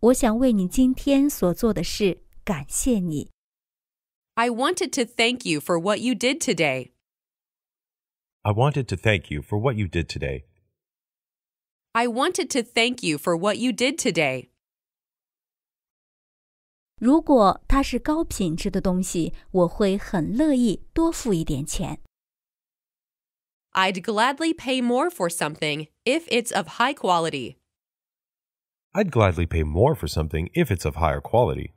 我想为你今天所做的事感谢你。 I wanted to thank you for what you did today. I wanted to thank you for what you did today. I wanted to thank you for what you did today. 如果它是高品质的东西，我会很乐意多付一点钱。 I'd gladly pay more for something if it's of high quality. I'd gladly pay more for something if it's of higher quality.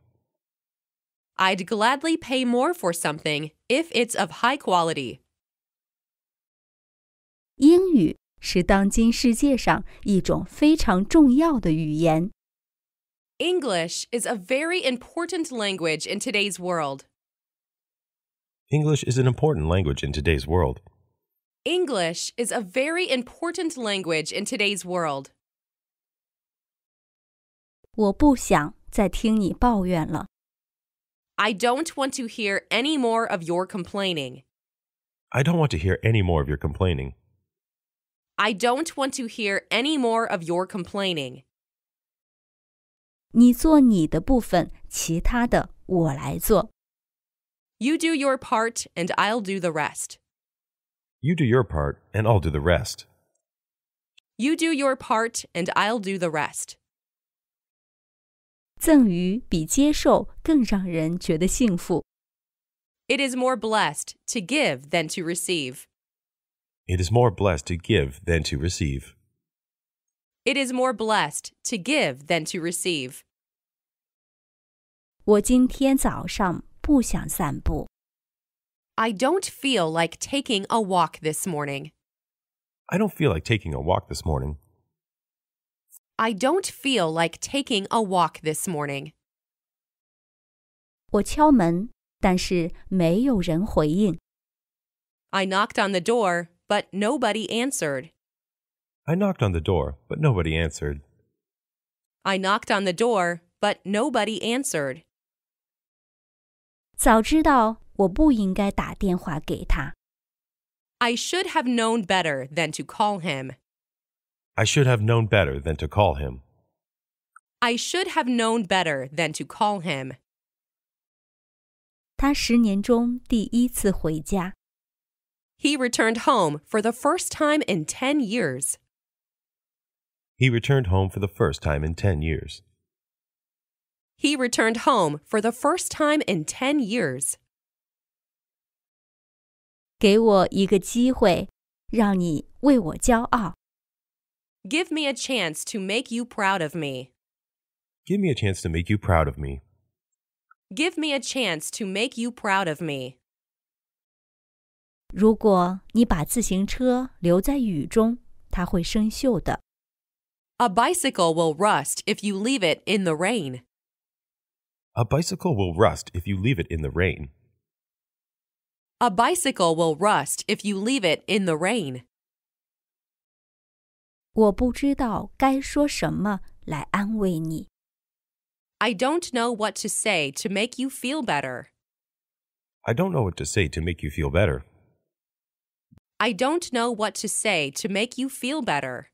I'd gladly pay more for something if it's of high quality. 英语是当今世界上一种非常重要的语言。 English is a very important language in today's world. English is an important language in today's world. English is a very important language in today's world. 我不想再听你抱怨了。 I don't want to hear any more of your complaining. I don't want to hear any more of your complaining. I don't want to hear any more of your complaining. 你做你的部分，其他的我来做。 You do your part and I'll do the rest. You do your part, and I'll do the rest. You do your part and I'll do the rest. 赠予比接受更让人觉得幸福。 It is more blessed to give than to receive. It is more blessed to give than to receive. It is more blessed to give than to receive. 我今天早上不想散步。 I don't feel like taking a walk this morning. I don't feel like taking a walk this morning. I don't feel like taking a walk this morning. 我敲门，但是没有人回应。 I knocked on the door, but nobody answered. I knocked on the door, but nobody answered. I knocked on the door, but nobody answered. 早知道我不应该打电话给他。 I should have known better than to call him. I should have known better than to call him. I should have known better than to call him. 他十年中第一次回家。 He returned home for the first time in 10 years. He returned home for the first time in 10 years. He returned home for the first time in 10 years. 给我一个机会，让你为我骄傲。 Give me a chance to make you proud of me. Give me a chance to make you proud of me. Give me a chance to make you proud of me. 如果你把自行车留在雨中，它会生锈的。 A bicycle will rust if you leave it in the rain. A bicycle will rust if you leave it in the rain. A bicycle will rust if you leave it in the rain. 我不知道该说什么来安慰你。 I don't know what to say to make you feel better. I don't know what to say to make you feel better. I don't know what to say to make you feel better.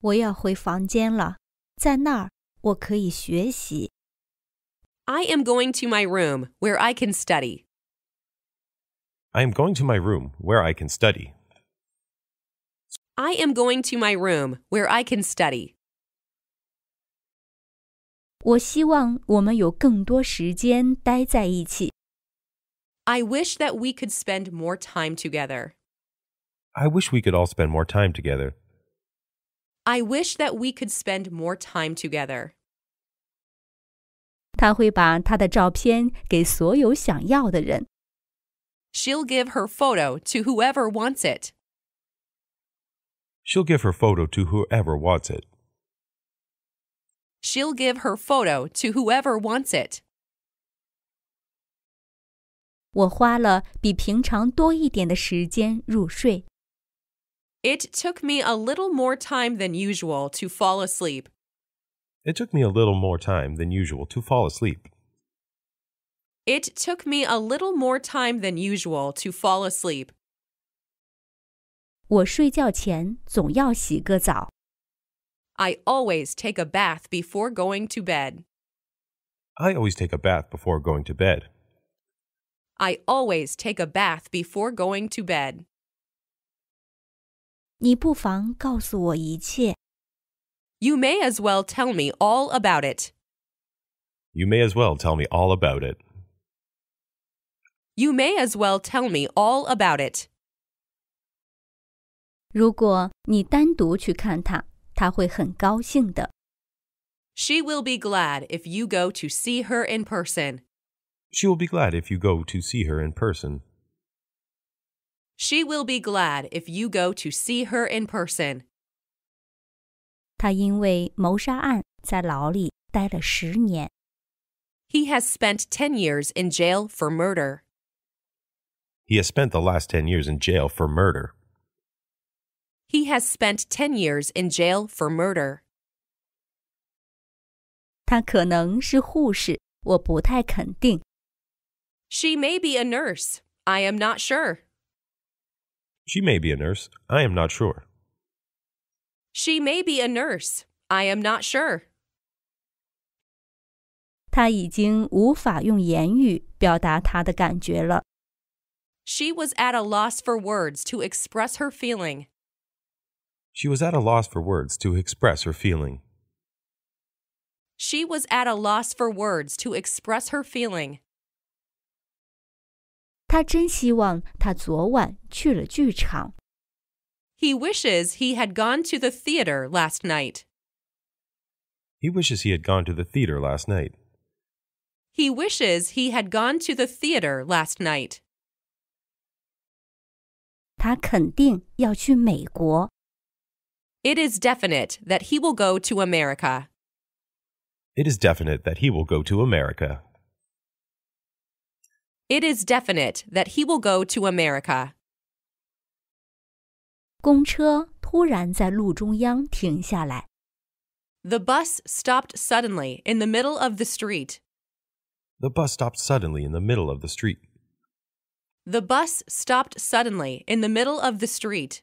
我要回房间了，在那儿我可以学习。 I am going to my room where I can study. I am going to my room where I can study. I am going to my room where I can study. 我希望我们有更多时间待在一起。 I wish that we could spend more time together. I wish we could all spend more time together. I wish that we could spend more time together. 他会把他的照片给所有想要的人。 She'll give her photo to whoever wants it. She'll give her photo to whoever wants it. She'll give her photo to whoever wants it. 我花了比平常多一点的时间入睡。 It took me a little more time than usual to fall asleep. It took me a little more time than usual to fall asleep. It took me a little more time than usual to fall asleep. 我睡觉前总要洗个澡。 I always take a bath before going to bed. I always take a bath before going to bed. I always take a bath before going to bed. 你不妨告诉我一切。 You may as well tell me all about it. You may as well tell me all about it. You may as well tell me all about it. 如果你单独去看他，他会很高兴的。 She will be glad if you go to see her in person. She will be glad if you go to see her in person. She will be glad if you go to see her in person. 他因为谋杀案在牢里待了十年。 He has spent 10 years in jail for murder. He has spent the last 10 years in jail for murder. He has spent 10 years in jail for murder. 他可能是护士，我不太肯定。 She may be a nurse. I am not sure. She may be a nurse. I am not sure. She may be a nurse. I am not sure. 他已经无法用言语表达他的感觉了。 She was at a loss for words to express her feeling. She was at a loss for words to express her feeling. She was at a loss for words to express her feeling. 他真希望他昨晚去了剧场。 He wishes he had gone to the theater last night. He wishes he had gone to the theater last night. He wishes he had gone to the theater last night. 他肯定要去美国。 It is definite that he will go to America. It is definite that he will go to America. It is definite that he will go to America. 公车突然在路中央停下来， The bus stopped suddenly in the middle of the street. The bus stopped suddenly in the middle of the street. The bus stopped suddenly in the middle of the street.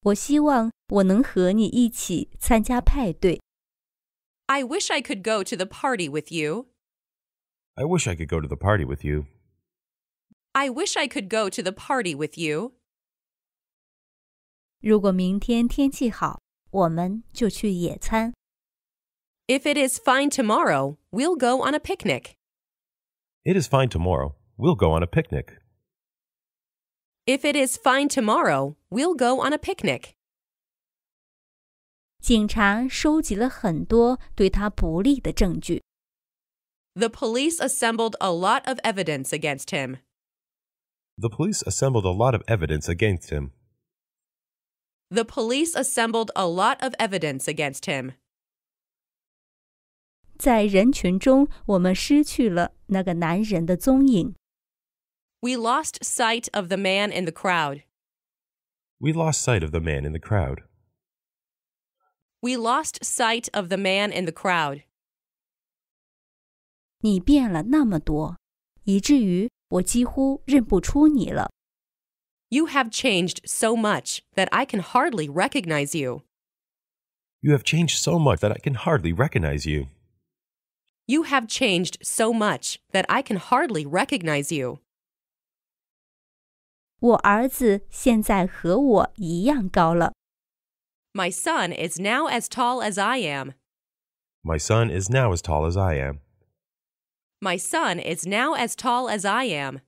我希望我能和你一起参加派对。 I wish I could go to the party with you. I wish I could go to the party with you. I wish I could go to the party with you. 如果明天天气好，我们就去野餐。 If it is fine tomorrow, we'll go on a picnic. It is fine tomorrow. We'll go on a picnic. If it is fine tomorrow, we'll go on a picnic. 警察收集了很多对他不利的证据。 The police assembled a lot of evidence against him. The police assembled a lot of evidence against him. The police assembled a lot of evidence against him. 在人群中，我们失去了那个男人的踪影。 We lost sight of the man in the crowd. We lost sight of the man in the crowd. We lost sight of the man in the crowd. 你变了那么多，以至于我几乎认不出你了。 You have changed so much that I can hardly recognize you. You have changed so much that I can hardly recognize you. You have changed so much that I can hardly recognize you. 我儿子现在和我一样高了。 My son is now as tall as I am. My son is now as tall as I am. My son is now as tall as I am.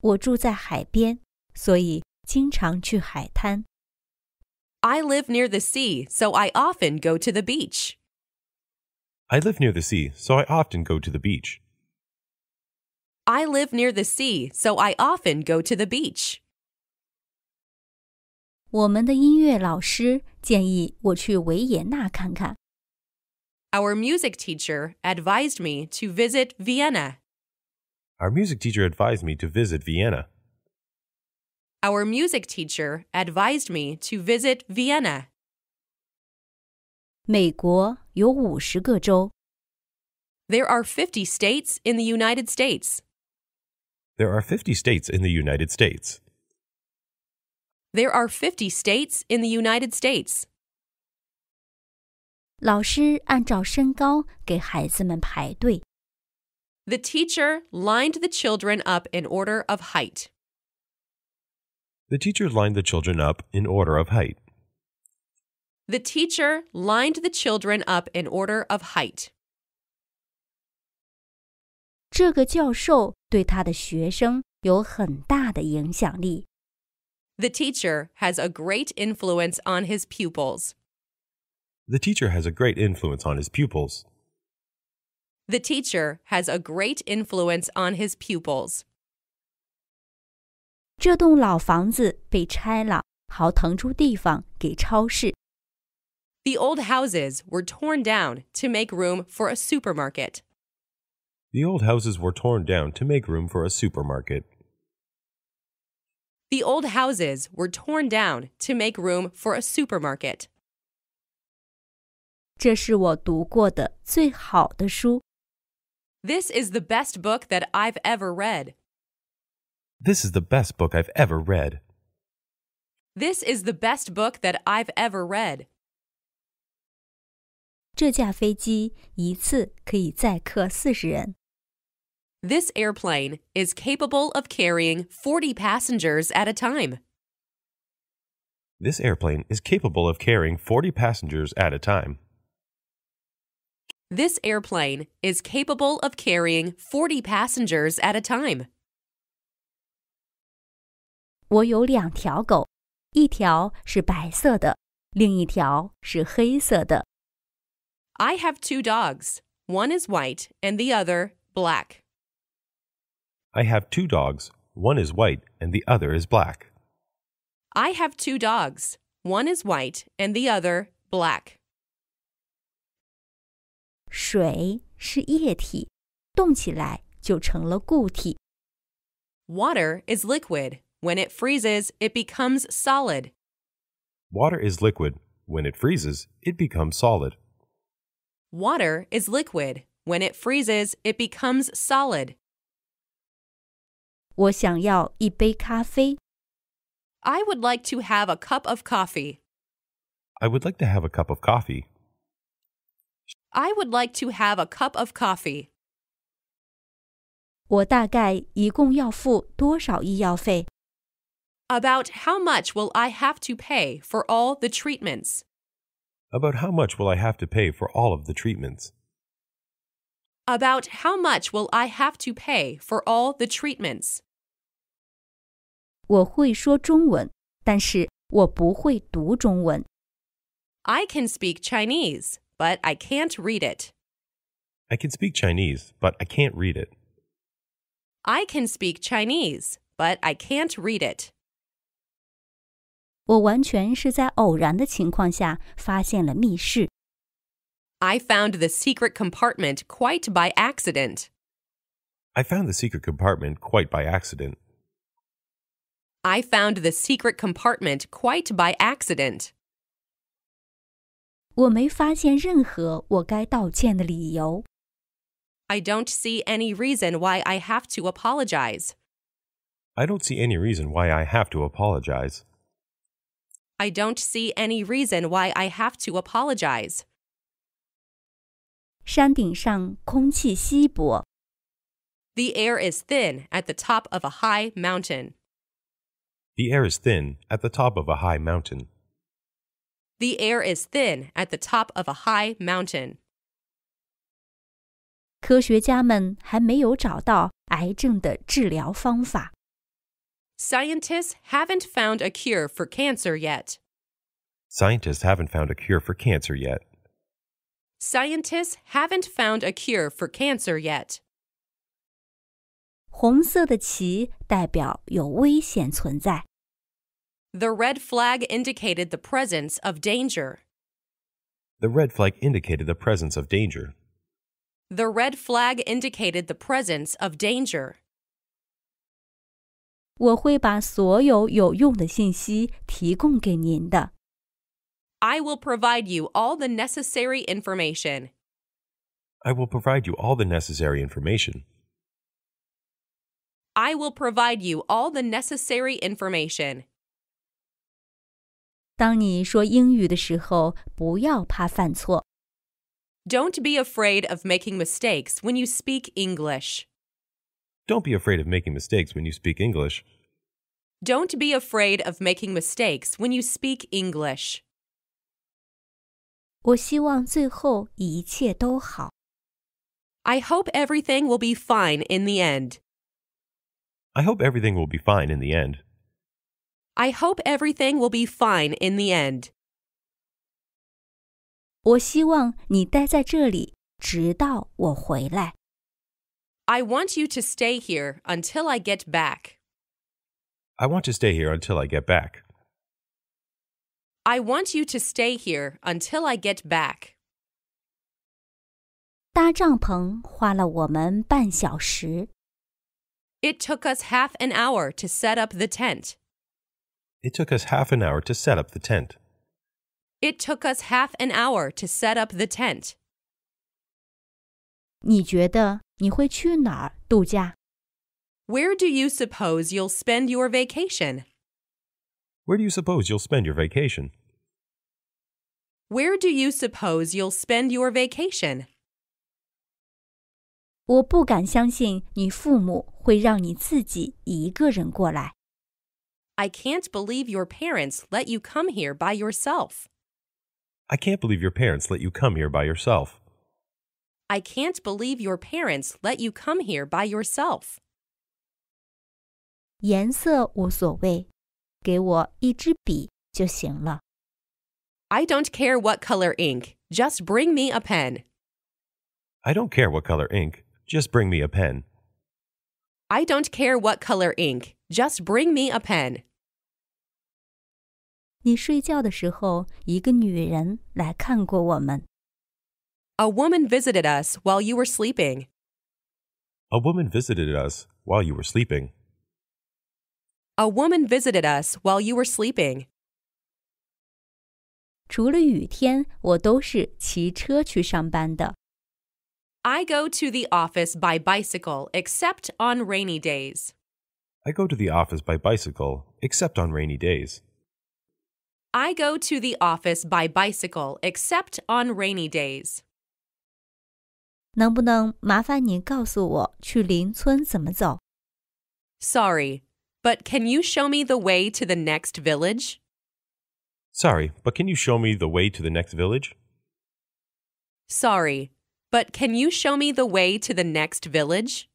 我住在海边，所以经常去海滩。 I live near the sea, so I often go to the beach. I live near the sea, so I often go to the beach. I live near the sea, so I often go to the beach. 我们的音乐老师建议我去维也纳看看。 Our music teacher advised me to visit Vienna. Our music teacher advised me to visit Vienna. Our music teacher advised me to visit Vienna. 美国有五十个州， There are 50 states in the United States. There are 50 states in the United States. There are 50 states in the United States. 老师按照身高给孩子们排队。 The teacher lined the children up in order of height. The teacher lined the children up in order of height. The teacher lined the children up in order of height. 这个教授对他的学生有很大的影响力。 The teacher has a great influence on his pupils. The teacher has a great influence on his pupils. The teacher has a great influence on his pupils. 这栋老房子被拆了，好腾出地方给超市。 The old houses were torn down to make room for a supermarket. The old houses were torn down to make room for a supermarket. The old houses were torn down to make room for a supermarket. 这是我读过的最好的书。 This is the best book that I've ever read. This is the best book I've ever read. This is the best book that I've ever read. 这架飞机一次可以载客四十人。 This airplane is capable of carrying 40 passengers at a time. This airplane is capable of carrying 40 passengers at a time. This airplane is capable of carrying 40 passengers at a time. 我有两条狗，一条是白色的，另一条是黑色的。 I have two dogs. One is white and the other black. I have two dogs. One is white and the other is black. I have two dogs. One is white and the other black. 水是液体，冻起来就成了固体。 Water is liquid. When it freezes, it becomes solid. Water is liquid. When it freezes, it becomes solid. Water is liquid. When it freezes, it becomes solid. 我想要一杯咖啡， I would like to have a cup of coffee. I would like to have a cup of coffee. I would like to have a cup of coffee. 我大概一共要付多少医药费？ About how much will I have to pay for all the treatments? About how much will I have to pay for all of the treatments? About how much will I have to pay for all the treatments? 我会说中文，但是我不会读中文。 I can speak Chinese, but I can't read it. I can speak Chinese, but I can't read it. I can speak Chinese, but I can't read it. 我完全是在偶然的情况下发现了密室。 I found the secret compartment quite by accident. I found the secret compartment quite by accident. I found the secret compartment quite by accident. 我没发现任何我该道歉的理由。 I don't see any reason why I have to apologize. I don't see any reason why I have to apologize. I don't see any reason why I have to apologize. 山顶上空气稀薄， The air is thin at the top of a high mountain. The air is thin at the top of a high mountain. The air is thin at the top of a high mountain. 科学家们还没有找到癌症的治疗方法。 Scientists haven't found a cure for cancer yet. Scientists haven't found a cure for cancer yet. Scientists haven't found a cure for cancer yet. 红色的旗代表有危险存在， The red flag indicated the presence of danger. The red flag indicated the presence of danger. The red flag indicated the presence of danger. 我会把所有有用的信息提供给您的。 I will provide you all the necessary information. I will provide you all the necessary information. I will provide you all the necessary information. 当你说英语的时候，不要怕犯错， Don't be afraid of making mistakes when you speak English. Don't be afraid of making mistakes when you speak English. Don't be afraid of making mistakes when you speak English. 我希望最后一切都好。 I hope everything will be fine in the end. I hope everything will be fine in the end. I hope everything will be fine in the end. 我希望你待在这里，直到我回来。 I want you to stay here until I get back. I want to stay here until I get back. I want you to stay here until I get back. 搭帐篷花了我们半小时， It took us half an hour to set up the tent. It took us half an hour to set up the tent. It took us half an hour to set up the tent. 你觉得你会去哪儿度假？ Where do you suppose you'll spend your vacation? Where do you suppose you'll spend your vacation? Where do you suppose you'll spend your vacation? 我不敢相信你父母会让你自己一个人过来。 I can't believe your parents let you come here by yourself. I can't believe your parents let you come here by yourself. I can't believe your parents let you come here by yourself. 颜色无所谓，给我一支笔就行了。 I don't care what color ink, just bring me a pen. I don't care what color ink, just bring me a pen. I don't care what color ink, just bring me a pen. 你睡觉的时候，一个女人来看过我们。 A woman visited us while you were sleeping. A woman visited us while you were sleeping. A woman visited us while you were sleeping. 除了雨天，我都是骑车去上班的。 I go to the office by bicycle except on rainy days. I go to the office by bicycle, except on rainy days. I go to the office by bicycle except on rainy days. 能不能麻烦你告诉我去邻村怎么走？ Sorry, but can you show me the way to the next village? Sorry, but can you show me the way to the next village? Sorry, but can you show me the way to the next village?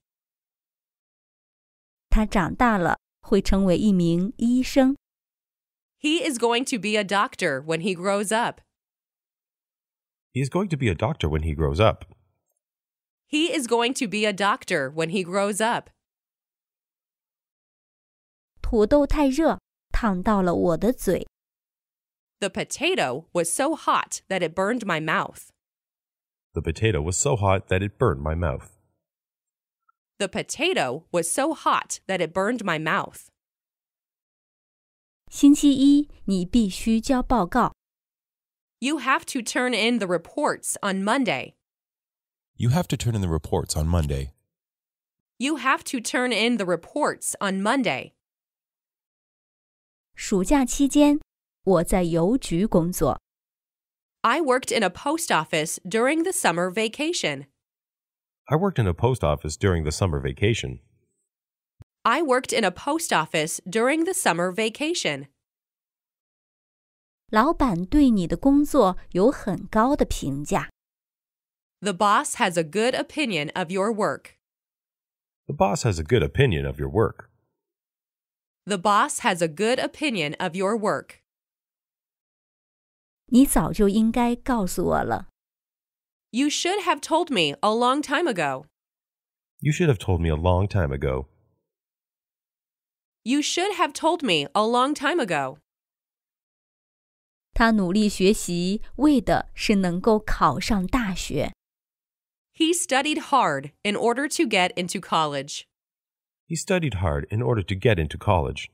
他长大了会成为一名医生。 He is going to be a doctor when he grows up. He is going to be a doctor when he grows up. He is going to be a doctor when he grows up. 土豆太热，烫到了我的嘴。 The potato was so hot that it burned my mouth. The potato was so hot that it burned my mouth. The potato was so hot that it burned my mouth. 星期一你必须交报告， You have to turn in the reports on Monday. You have to turn in the reports on Monday. You have to turn in the reports on Monday. 暑假期间我在邮局工作。 I worked in a post office during the summer vacation. I worked in a post office during the summer vacation. I worked in a post office during the summer vacation. 老板对你的工作有很高的评价。 The boss has a good opinion of your work. The boss has a good opinion of your work. The boss has a good opinion of your work. 你早就应该告诉我了。 You should have told me a long time ago. You should have told me a long time ago. You should have told me a long time ago. 他努力学习，为的是能够考上大学。 He studied hard in order to get into college. He studied hard in order to get into college.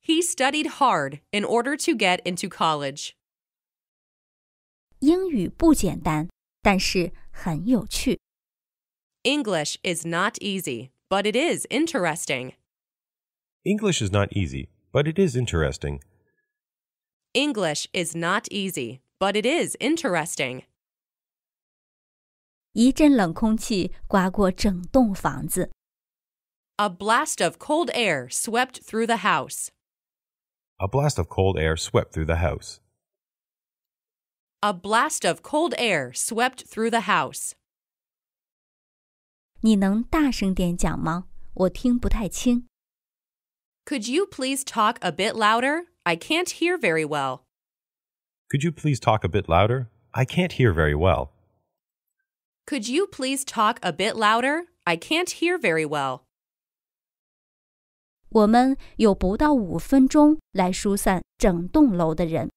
He studied hard in order to get into college. 英语不简单，但是很有趣。 English is not easy, but it is interesting. English is not easy, but it is interesting. English is not easy, but it is interesting. 一阵冷空气刮过整栋房子， A blast of cold air swept through the house. A blast of cold air swept through the house. A blast of cold air swept through the house. 你能大声点讲吗？我听不太清。 Could you please talk a bit louder? I can't hear very well. Could you please talk a bit louder? I can't hear very well. Could you please talk a bit louder? I can't hear very well. 我们有不到五分钟来疏散整栋楼的人。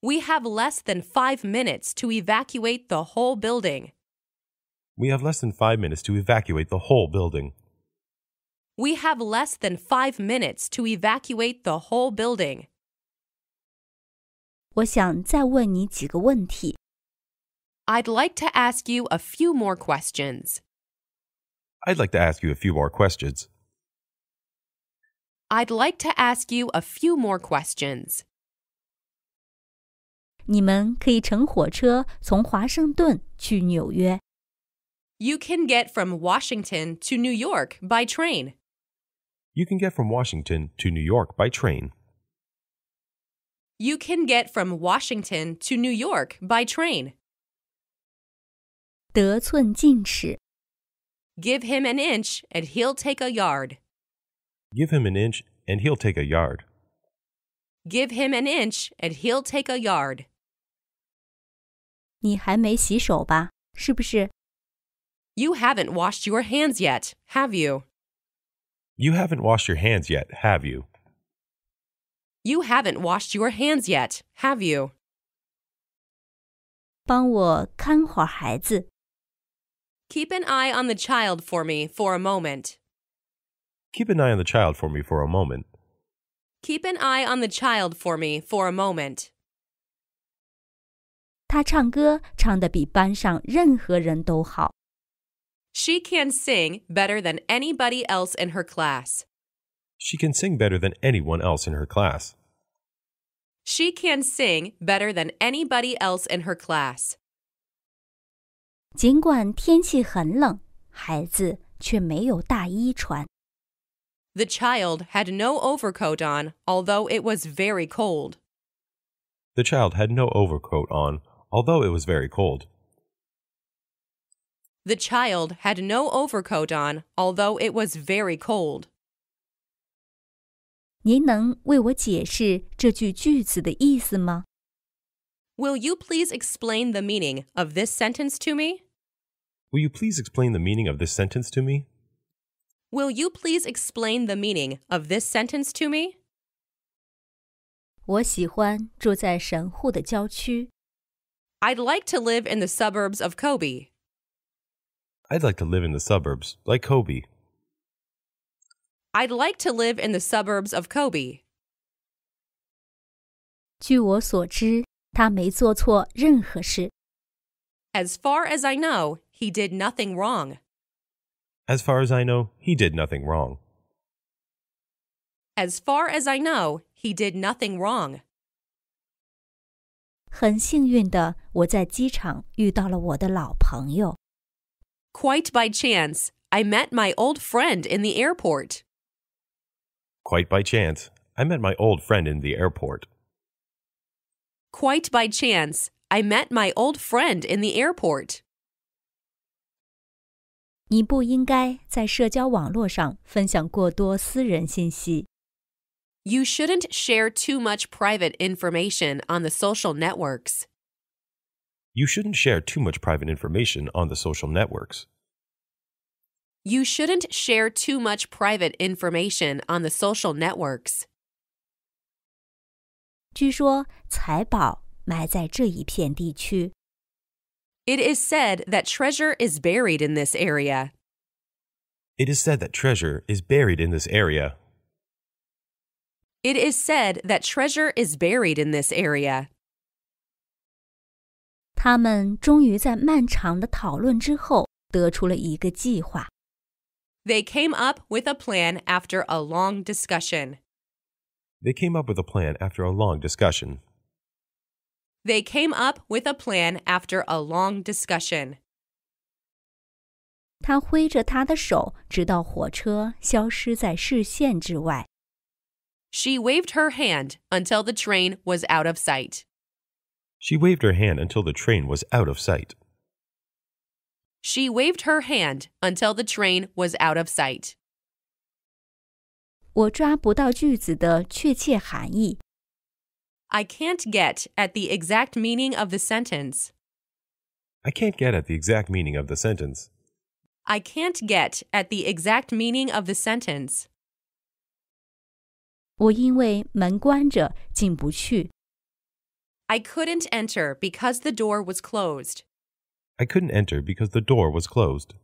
We have less than five minutes to evacuate the whole building. We have less than five minutes to evacuate the whole building. We have less than five minutes to evacuate the whole building. 我想再问你几个问题。 I'd like to ask you a few more questions. I'd like to ask you a few more questions. I'd like to ask you a few more questions. 你们可以乘火车从华盛顿去纽约， You can get from Washington to New York by train. You can get from Washington to New York by train. You can get from Washington to New York by train. 得寸进尺。 Give him an inch and he'll take a yard. Give him an inch and he'll take a yard. Give him an inch and he'll take a yard. 你还没洗手吧？是不是？ You haven't washed your hands yet, have you? You haven't washed your hands yet, have you? You haven't washed your hands yet, have you? 帮我看会儿孩子。 Keep an eye on the child for me for a moment. Keep an eye on the child for me for a moment. Keep an eye on the child for me for a moment. 他唱歌唱得比班上任何人都好。 She can sing better than anybody else in her class. She can sing better than anyone else in her class. She can sing better than anybody else in her class. 尽管天气很冷，孩子却没有大衣穿。 The child had no overcoat on, although it was very cold. The child had no overcoat on, although it was very cold. The child had no overcoat on, although it was very cold. 您能为我解释这句句子的意思吗？ Will you please explain the meaning of this sentence to me? Will you please explain the meaning of this sentence to me? Will you please explain the meaning of this sentence to me? 我喜欢住在神户的郊区。 I'd like to live in the suburbs of Kobe. I'd like to live in the suburbs, like Kobe. I'd like to live in the suburbs of Kobe. 据我所知，他没做错任何事。 As far as I know, he did nothing wrong. As far as I know, he did nothing wrong. As far as I know, he did nothing wrong. 很幸运的，我在机场遇到了我的老朋友。 Quite by chance, I met my old friend in the airport. Quite by chance, I met my old friend in the airport. Quite by chance, I met my old friend in the airport. 你不应该在社交网络上分享过多私人信息。 You shouldn't share too much private information on the social networks. You shouldn't share too much private information on the social networks. You shouldn't share too much private information on the social networks. 据说财宝埋在这一片地区。 It is said that treasure is buried in this area. It is said that treasure is buried in this area. It is said that treasure is buried in this area. 他们终于在漫长的讨论之后得出了一个计划。 They came up with a plan after a long discussion. They came up with a plan after a long discussion. They came up with a plan after a long discussion. 他挥着他的手，直到火车消失在视线之外。 She waved her hand until the train was out of sight. She waved her hand until the train was out of sight. She waved her hand until the train was out of sight. 我抓不到句子的确切含义。 I can't get at the exact meaning of the sentence. I can't get at the exact meaning of the sentence. I can't get at the exact meaning of the sentence. 我因为门关着进不去。 I couldn't enter because the door was closed. I couldn't enter because the door was closed.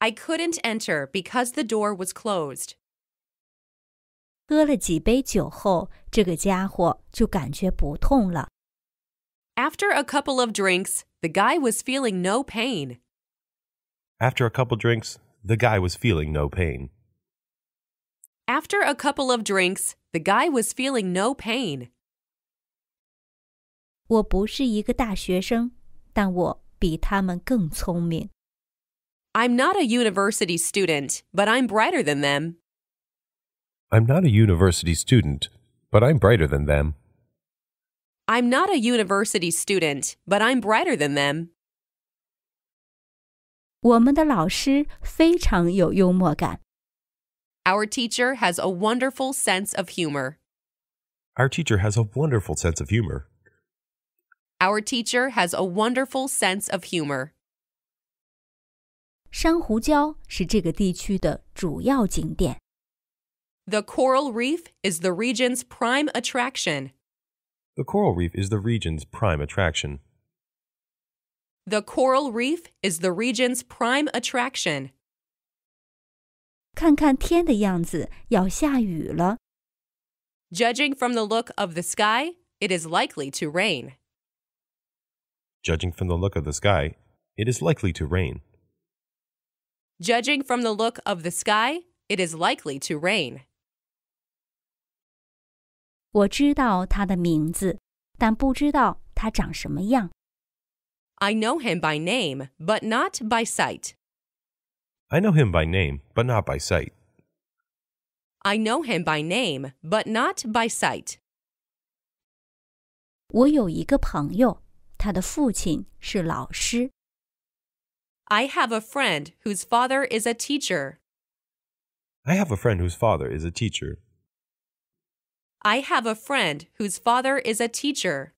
I couldn't enter because the door was closed. 喝了几杯酒后，这个家伙就感觉不痛了。 After a couple of drinks, the guy was feeling no pain. After a couple drinks, the guy was feeling no pain. After a couple of drinks, the guy was feeling no pain. 我不是一个大学生，但我比他们更聪明。 I'm not a university student, but I'm brighter than them. I'm not a university student, but I'm brighter than them. I'm not a university student, but I'm brighter than them. 我们的老师非常有幽默感。 Our teacher has a wonderful sense of humor. Our teacher has a wonderful sense of humor. Our teacher has a wonderful sense of humor. 珊瑚礁是这个地区的主要景点。 The coral reef is the region's prime attraction. The coral reef is the region's prime attraction. The coral reef is the region's prime attraction. 看看天的样子，要下雨了。 Judging from the look of the sky, it is likely to rain. Judging from the look of the sky, it is likely to rain. Judging from the look of the sky, it is likely to rain. 我知道它的名字，但不知道它长什么样。 I know him by name, but not by sight. I know him by name, but not by sight. I know him by name, but not by sight. 我有一个朋友，他的父亲是老师。 I have a friend whose father is a teacher. I have a friend whose father is a teacher. I have a friend whose father is a teacher.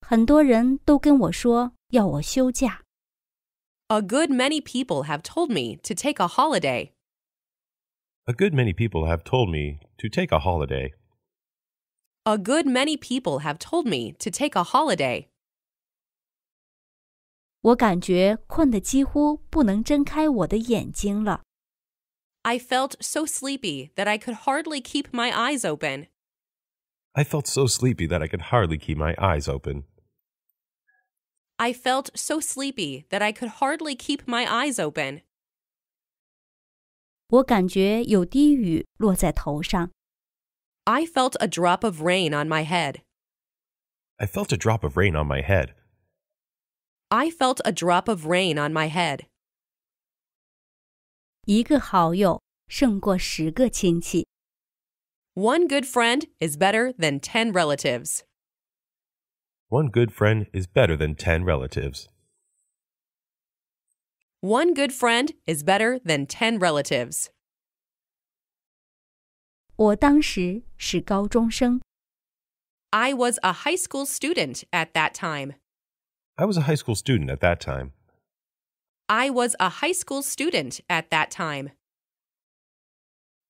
很多人都跟我说要我休假， A good many people have told me to take a holiday. A good many people have told me to take a holiday. A good many people have told me to take a holiday. 我感觉困得几乎不能睁开我的眼睛了。 I felt so sleepy that I could hardly keep my eyes open. I felt so sleepy that I could hardly keep my eyes open. I felt so sleepy that I could hardly keep my eyes open. 我感觉有滴雨落在头上， I felt a drop of rain on my head. I felt a drop of rain on my head. I felt a drop of rain on my head. 一个好友胜过十个亲戚。 One good friend is better than 10 relatives. One good friend is better than 10 relatives. One good friend is better than 10 relatives. 我当时是高中生， I was a high school student at that time. I was a high school student at that time. I was a high school student at that time.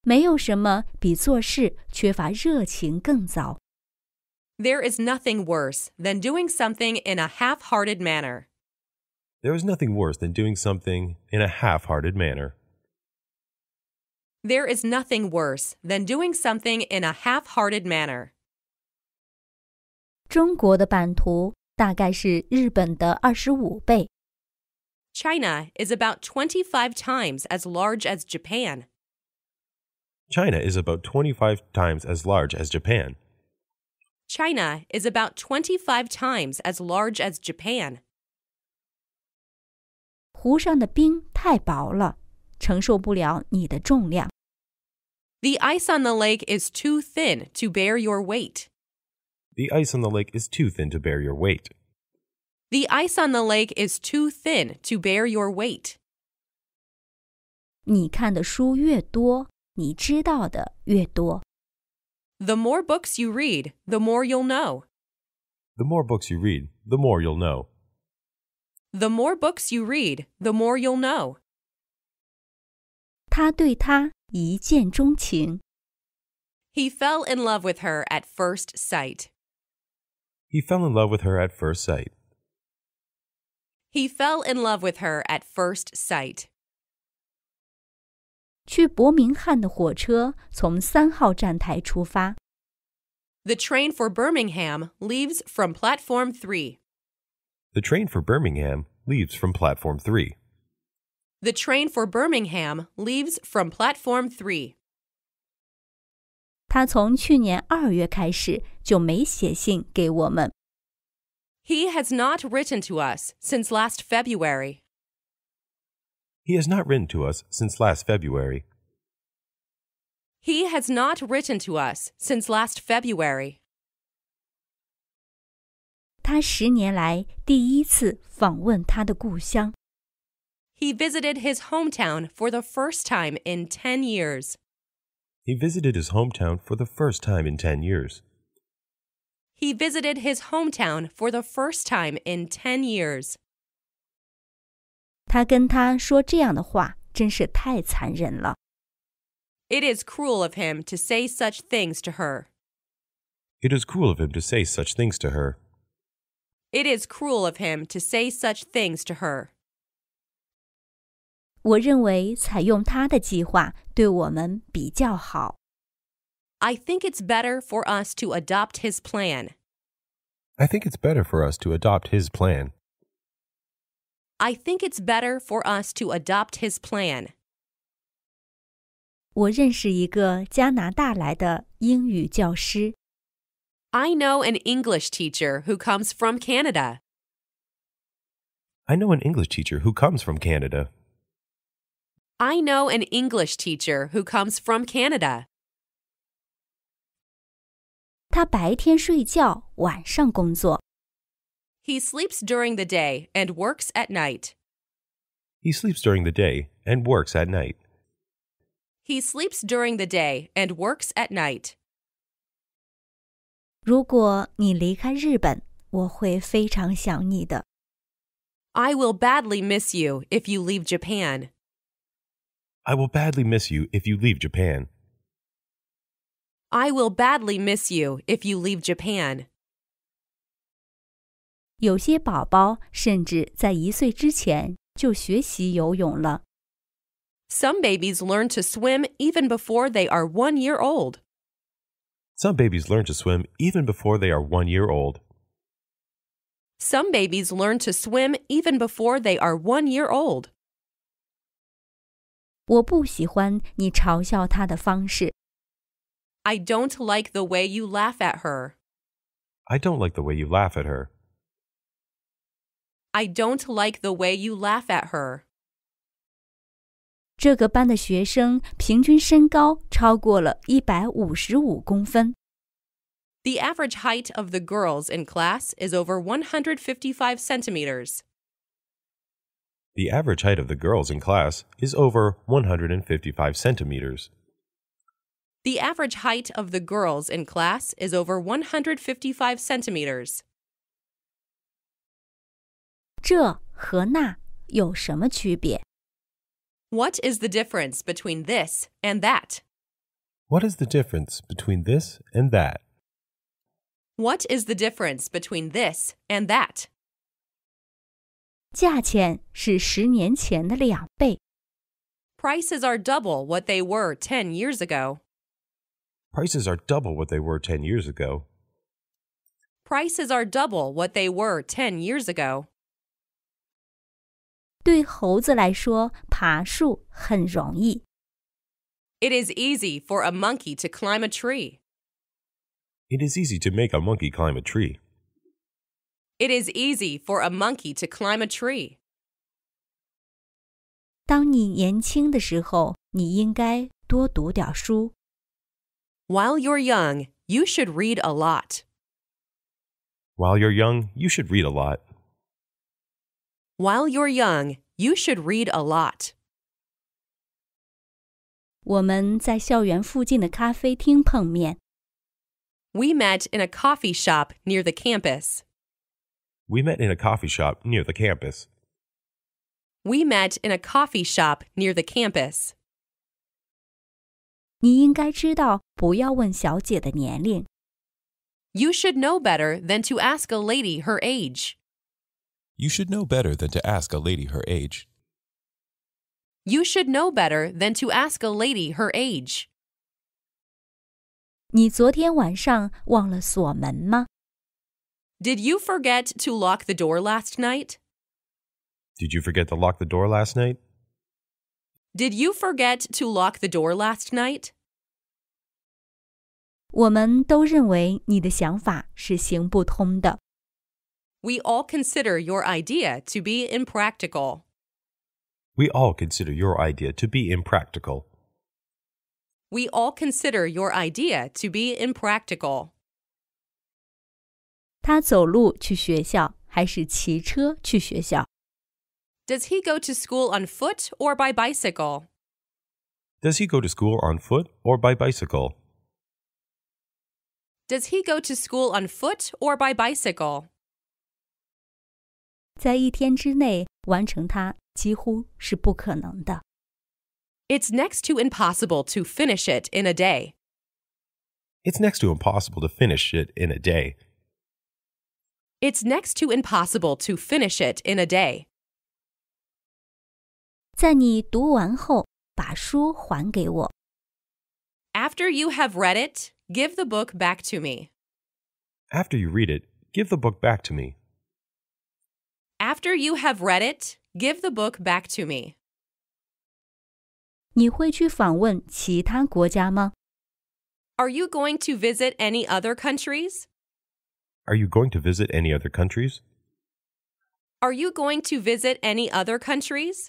没有什么比做事缺乏热情更糟。 There is nothing worse than doing something in a half hearted manner. There is nothing worse than doing something in a half hearted manner. There is nothing worse than doing something in a half hearted manner. 中国的版图大概是日本的二十五倍， China is about 25 times as large as Japan. China is about 25 times as large as Japan. China is about 25 times as large as Japan. 湖上的冰太薄了，承受不了你的重量。 The ice on the lake is too thin to bear your weight. The ice on the lake is too thin to bear your weight. The ice on the lake is too thin to bear your weight. 你看的书越多，你知道的越多。 The more books you read, the more you'll know. The more books you read, the more you'll know. The more books you read, the more you'll know. 他对她一见钟情， He fell in love with her at first sight. He fell in love with her at first sight. He fell in love with her at first sight. 去伯明翰的火车从三号站台出发， The train for Birmingham leaves from platform 3. The train for Birmingham leaves from platform 3. The train for Birmingham leaves from platform 3. 他从去年二月开始就没写信给我们。 He has not written to us since last February. He has not written to us since last February. He has not written to us since last February. 他十年来第一次访问他的故乡。 He visited his hometown for the first time in 10 years. He visited his hometown for the first time in 10 years. He visited his hometown for the first time in 10 years. 他跟他说这样的话，真是太残忍了。 It is cruel of him to say such things to her. It is cruel of him to say such things to her. It is cruel of him to say such things to her. 我认为采用他的计划对我们比较好。 I think it's better for us to adopt his plan. I think it's better for us to adopt his plan. I think it's better for us to adopt his plan. 我认识一个加拿大来的英语教师， I know an English teacher who comes from Canada. I know an English teacher who comes from Canada. I know an English teacher who comes from Canada. 他白天睡觉，晚上工作。 He sleeps during the day and works at night. He sleeps during the day and works at night. He sleeps during the day and works at night. 如果你离开日本，我会非常想你的。 I will badly miss you if you leave Japan. I will badly miss you if you leave Japan. I will badly miss you if you leave Japan. 有些宝宝甚至在一岁之前就学习游泳了。 Some babies learn to swim even before they are one year old. Some babies learn to swim even before they are one year old. Some babies learn to swim even before they are one year old. 我不喜欢你嘲笑他的方式。 I don't like the way you laugh at her. I don't like the way you laugh at her. I don't like the way you laugh at her. 这个班的学生平均身高超过了一百五十五公分。 The average height of the girls in class is over 155 centimeters. The average height of the girls in class is over 155 centimeters. The average height of the girls in class is over 155 centimeters. 这和那有什么区别？ What is the difference between this and that? What is the difference between this and that? What is the difference between this and that? 价钱是十年前的两倍。 Prices are double what they were 10 years ago. Prices are double what they were 10 years ago. Prices are double what they were 10 years ago. 对猴子来说，爬树很容易。 It is easy for a monkey to climb a tree. It is easy to make a monkey climb a tree. It is easy for a monkey to climb a tree. 当你年轻的时候，你应该多读点书。 While you're young, you should read a lot. While you're young, you should read a lot. While you're young, you should read a lot. 我们在校园附近的咖啡厅碰面。 We met in a coffee shop near the campus. We met in a coffee shop near the campus. We met in a coffee shop near the campus. 你应该知道，不要问小姐的年龄。 You should know better than to ask a lady her age. You should know better than to ask a lady her age. You should know better than to ask a lady her age. 你昨天晚上忘了锁门吗？ Did you forget to lock the door last night? Did you forget to lock the door last night? Did you forget to lock the door last night? 我们都认为你的想法是行不通的。 We all consider your idea to be impractical. We all consider your idea to be impractical. We all consider your idea to be impractical. 他走路去学校，还是骑车去学校？ Does he go to school on foot or by bicycle? Does he go to school on foot or by bicycle? Does he go to school on foot or by bicycle? 在一天之内完成它几乎是不可能的。 It's next to impossible to finish it in a day. It's next to impossible to finish it in a day. It's next to impossible to finish it in a day. 在你读完后，把书还给我。 After you have read it, give the book back to me. After you read it, give the book back to me. After you have read it, give the book back to me. 你会去访问其他国家吗？ Are you going to visit any other countries? Are you going to visit any other countries? Are you going to visit any other countries?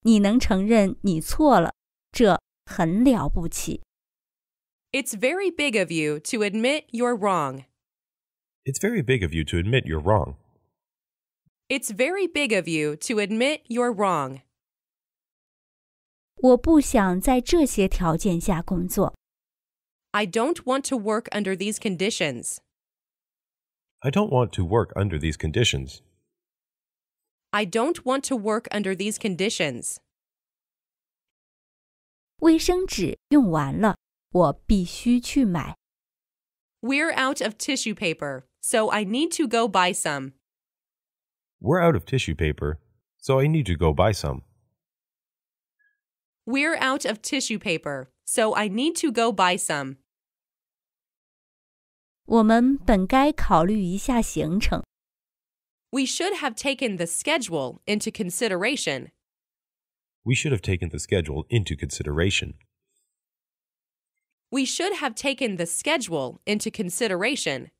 你能承认你错了，这很了不起。 It's very big of you to admit you're wrong. It's very big of you to admit you're wrong. It's very big of you to admit you're wrong. 我不想在这些条件下工作。 I don't want to work under these conditions. I don't want to work under these conditions. I don't want to work under these conditions. 卫生纸用完了，我必须去买。 We're out of tissue paper, so I need to go buy some. We're out of tissue paper, so I need to go buy some. We're out of tissue paper, so I need to go buy some. 我们本该考虑一下行程。 We should have taken the schedule into consideration. We should have taken the schedule into consideration. We should have taken the schedule into consideration.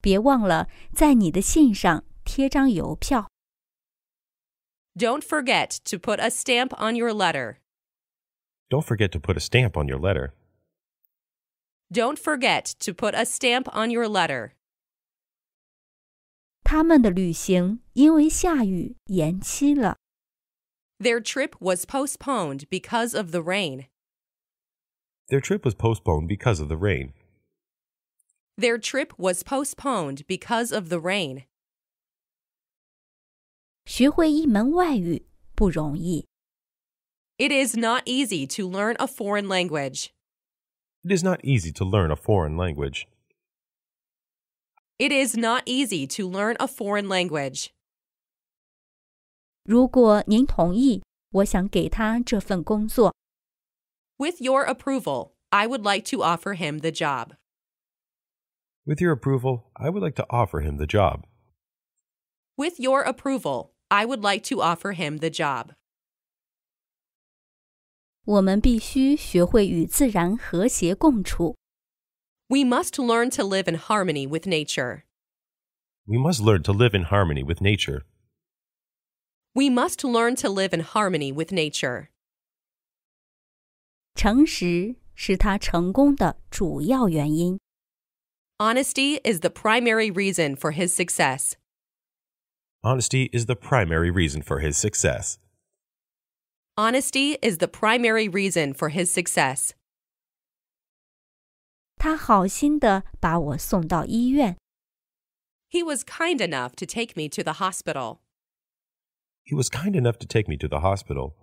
别忘了在你的信上贴张邮票。 Don't forget to put a stamp on your letter. Don't forget to put a stamp on your letter. Don't forget to put a stamp on your letter. 他们的旅行因为下雨延期了。 Their trip was postponed because of the rain. Their trip was postponed because of the rain. Their trip was postponed because of the rain. 学会一门外语不容易。 It is not easy to learn a foreign language. It is not easy to learn a foreign language. It is not easy to learn a foreign language. 如果您同意，我想给他这份工作。 With your approval, I would like to offer him the job. With your approval, I would like to offer him the job. With your approval, I would like to offer him the job. 我们必须学会与自然和谐共处。 We must learn to live in harmony with nature. We must learn to live in harmony with nature. We must learn to live in harmony with nature. 诚实是他成功的主要原因。 Honesty is the primary reason for his success. Honesty is the primary reason for his success. Honesty is the primary reason for his success. 他好心地把我送到医院。 He was kind enough to take me to the hospital. He was kind enough to take me to the hospital.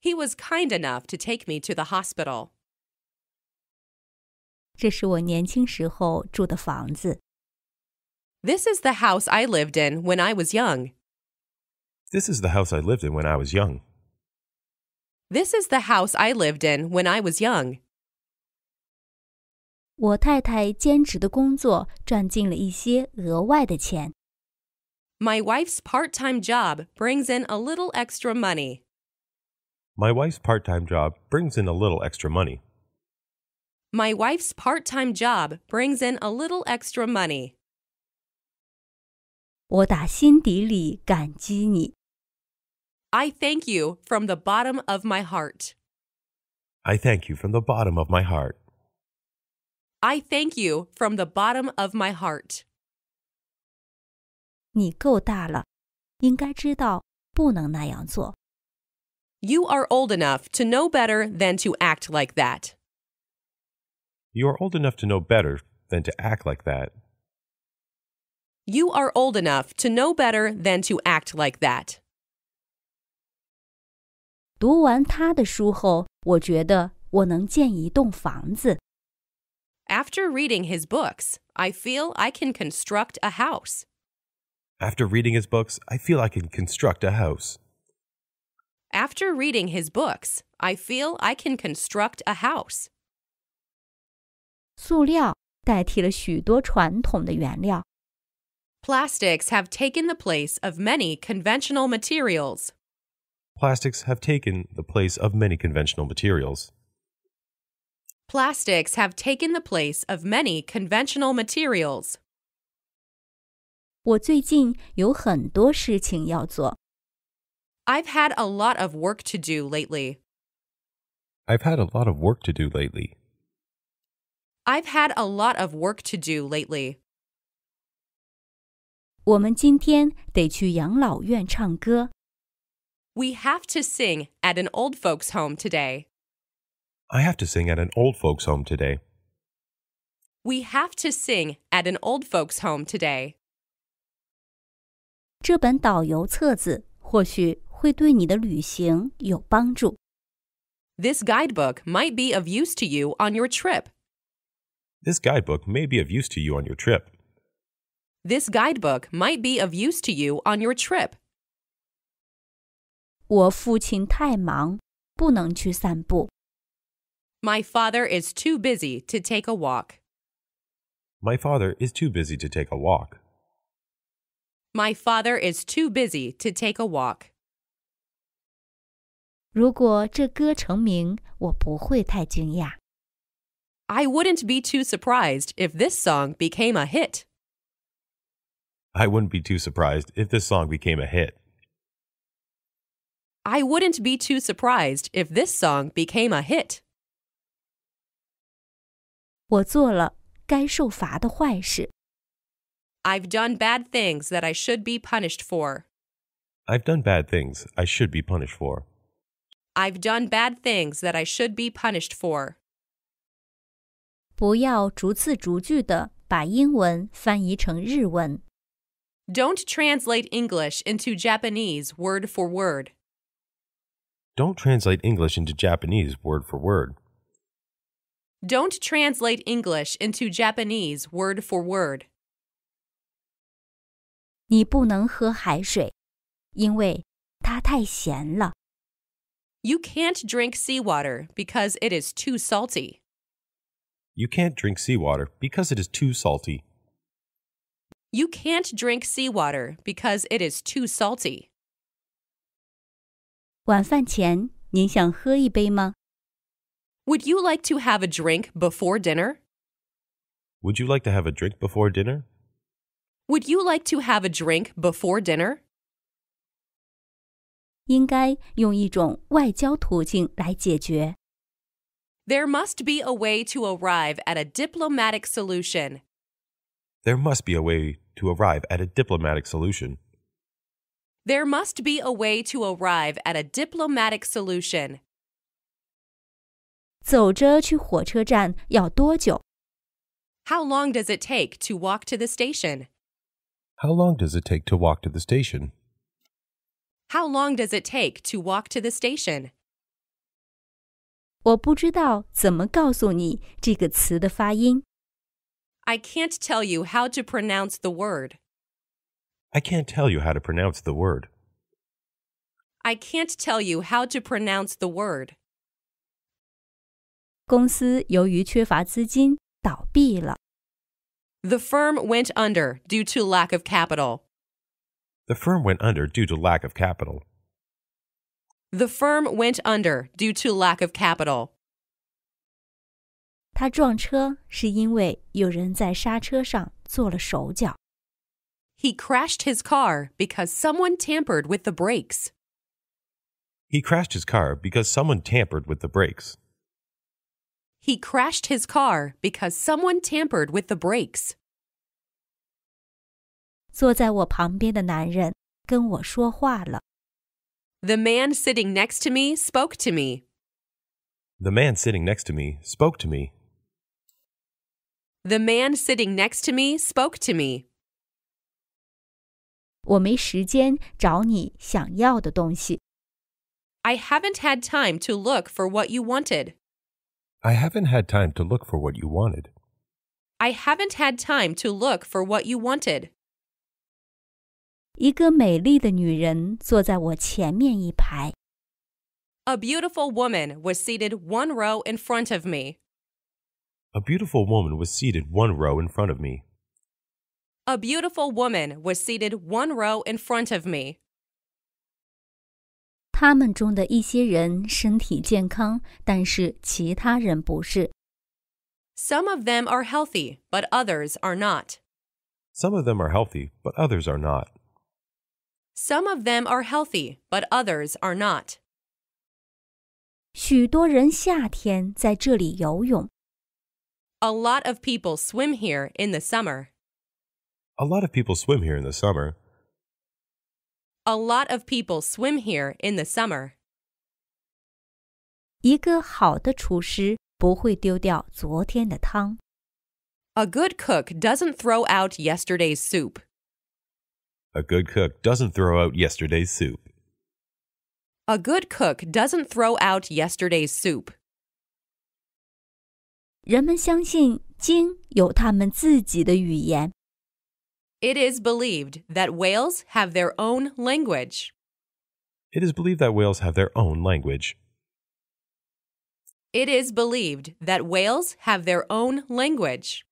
He was kind enough to take me to the hospital. 这是我年轻时候住的房子。 This is the house I lived in when I was young. This is the house I lived in when I was young. This is the house I lived in when I was young. 我太太兼职的工作赚进了一些额外的钱。 My wife's part time job brings in a little extra money. My wife's part time job brings in a little extra money. My wife's part time job brings in a little extra money. 我打心底里感激你， I thank you from the bottom of my heart. I thank you from the bottom of my heart. I thank you from the bottom of my heart. 你够大了，应该知道不能那样做。 You are old enough to know better than to act like that. You are old enough to know better than to act like that. You are old enough to know better than to act like that. 读完他的书后，我觉得我能建一栋房子。 After reading his books, I feel I can construct a house. After reading his books, I feel I can construct a house. After reading his books, I feel I can construct a house. 塑料代替了许多传统的原料， Plastics have taken the place of many conventional materials. Plastics have taken the place of many conventional materials. Plastics have taken the place of many conventional materials. 我最近有很多事情要做。 I've had a lot of work to do lately. I've had a lot of work to do lately. I've had a lot of work to do lately. 我们今天得去养老院唱歌。 We have to sing at an old folks' home today. I have to sing at an old folks' home today. We have to sing at an old folks' home today. 这本导游册子或许会对你的旅行有帮助。 This guidebook might be of use to you on your trip. This guidebook may be of use to you on your trip. This guidebook might be of use to you on your trip. 我父亲太忙，不能去散步。 My father is too busy to take a walk. My father is too busy to take a walk. My father is too busy to take a walk. 如果这歌成名，我不会太惊讶。 I wouldn't be too surprised if this song became a hit. I wouldn't be too surprised if this song became a hit. I wouldn't be too surprised if this song became a hit. 我做了该受罚的坏事， I've done bad things that I should be punished for. I've done bad things I should be punished for. I've done bad things that I should be punished for. 不要逐字逐句的把英文翻译成日文。 Don't translate English into Japanese word for word. Don't translate English into Japanese word for word. Don't translate English into Japanese word for word. 你不能喝海水，因为它太咸了。 You can't drink seawater because it is too salty. You can't drink seawater because it is too salty. You can't drink seawater because it is too salty. 晚饭前您想喝一杯吗？ Would you like to have a drink before dinner? Would you like to have a drink before dinner? Would you like to have a drink before dinner? 应该用一种外交途径来解决。 There must be a way to arrive at a diplomatic solution. There must be a way to arrive at a diplomatic solution. There must be a way to arrive at a diplomatic solution. 走着去火车站要多久？ How long does it take to walk to the station? How long does it take to walk to the station? How long does it take to walk to the station? 我不知道怎么告诉你这个词的发音。 I can't tell you how to pronounce the word. I can't tell you how to pronounce the word. I can't tell you how to pronounce the word. 公司由于缺乏资金倒闭了。 The firm went under due to lack of capital. The firm went under due to lack of capital. The firm went under due to lack of capital. 他撞车是因为有人在刹车上做了手脚。 He crashed his car because someone tampered with the brakes. He crashed his car because someone tampered with the brakes. He crashed his car because someone tampered with the brakes. 坐在我旁边的男人跟我说话了。 The man sitting next to me spoke to me. The man sitting next to me spoke to me. The man sitting next to me spoke to me. 我没时间找你想要的东西。 I haven't had time to look for what you wanted. I haven't had time to look for what you wanted. I haven't had time to look for what you wanted. 一个美丽的女人坐在我前面一排， A beautiful woman was seated one row in front of me. A beautiful woman was seated one row in front of me. A beautiful woman was seated one row in front of me. 他们中的一些人身体健康，但是其他人不是。 Some of them are healthy, but others are not. Some of them are healthy, but others are not. Some of them are healthy, but others are not. 许多人夏天在这里游泳， A lot of people swim here in the summer. A lot of people swim here in the summer. A lot of people swim here in the summer. 一个好的厨师不会丢掉昨天的汤。 A good cook doesn't throw out yesterday's soup. A good cook doesn't throw out yesterday's soup. A good cook doesn't throw out yesterday's soup. 人们相信鲸有他们自己的语言， It is believed that whales have their own language. It is believed that whales have their own language. It is believed that whales have their own language.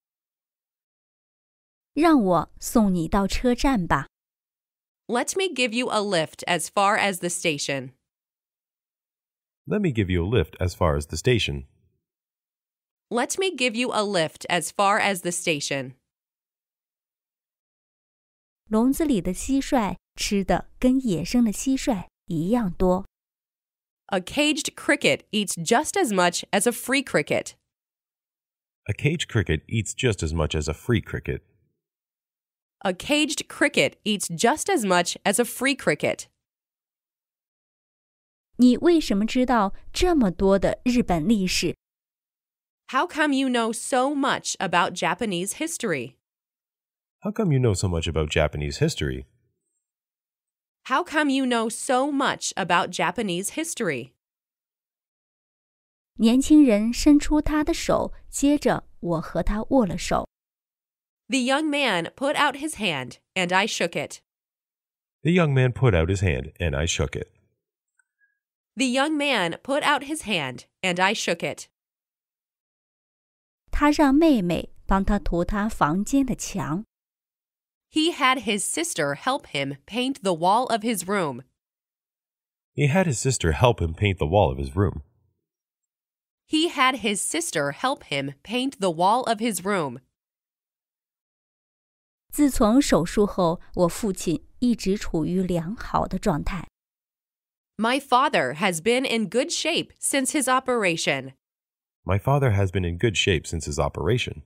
让我送你到车站吧。 Let me give you a lift as far as the station. Let me give you a lift as far as the station. Let me give you a lift as far as the station. 笼子里的蟋蟀吃的跟野生的蟋蟀一样多。 A caged cricket eats just as much as a free cricket. A cage cricket eats just as much as a free cricket. A caged cricket eats just as much as a free cricket. 你为什么知道这么多的日本历史？ How come you know so much about Japanese history? How come you know so much about Japanese history? How come you know so much about Japanese history? 年轻人伸出他的手，接着我和他握了手。 The young man put out his hand, and I shook it. The young man put out his hand, and I shook it. The young man put out his hand, and I shook it. 他让妹妹帮他涂他房间的墙。 He had his sister help him paint the wall of his room. He had his sister help him paint the wall of his room. He had his sister help him paint the wall of his room. 自从手术后，我父亲一直处于良好的状态。 My father has been in good shape since his operation. My father has been in good shape since his operation.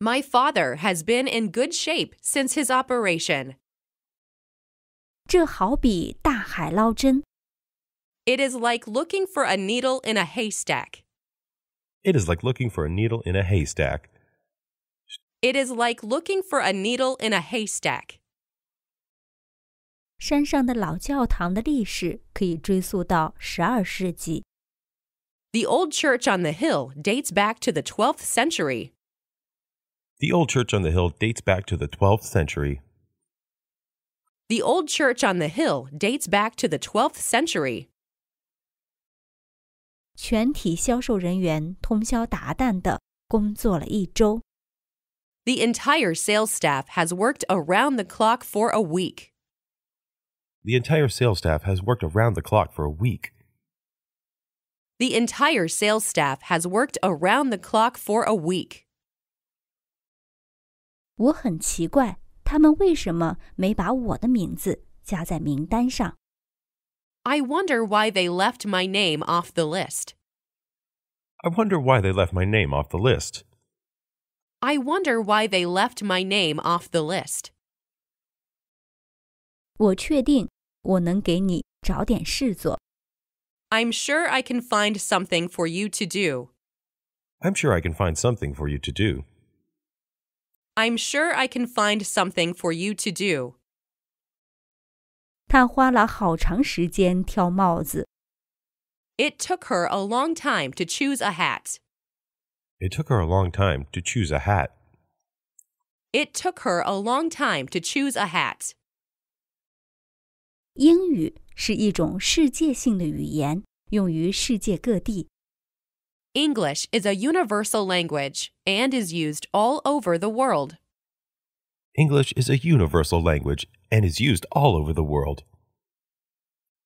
My father has been in good shape since his operation. 这好比大海捞针， It is like looking for a needle in a haystack. It is like looking for a needle in a haystack. It is like looking for a needle in a haystack. 山上的老教堂的历史可以追溯到十二世纪。 The old church on the hill dates back to the 12th century. The old church on the hill dates back to the 12th century. The old church on the hill dates back to the 12th century. 全体销售人员通宵达旦的工作了一周。 The entire sales staff has worked around the clock for a week. The entire sales staff has worked around the clock for a week. The entire sales staff has worked around the clock for a week. 我很奇怪，他们为什么没把我的名字加在名单上？ I wonder why they left my name off the list. I wonder why they left my name off the list. I wonder why they left my name off the list. 我确定我能给你找点事做。 I'm sure I can find something for you to do. I'm sure I can find something for you to do. I'm sure I can find something for you to do. 他花了好长时间挑帽子， It took her a long time to choose a hat. It took her a long time to choose a hat. It took her a long time to choose a hat. 英语是一种世界性的语言，用于世界各地。 English is a universal language and is used all over the world. English is a universal language and is used all over the world.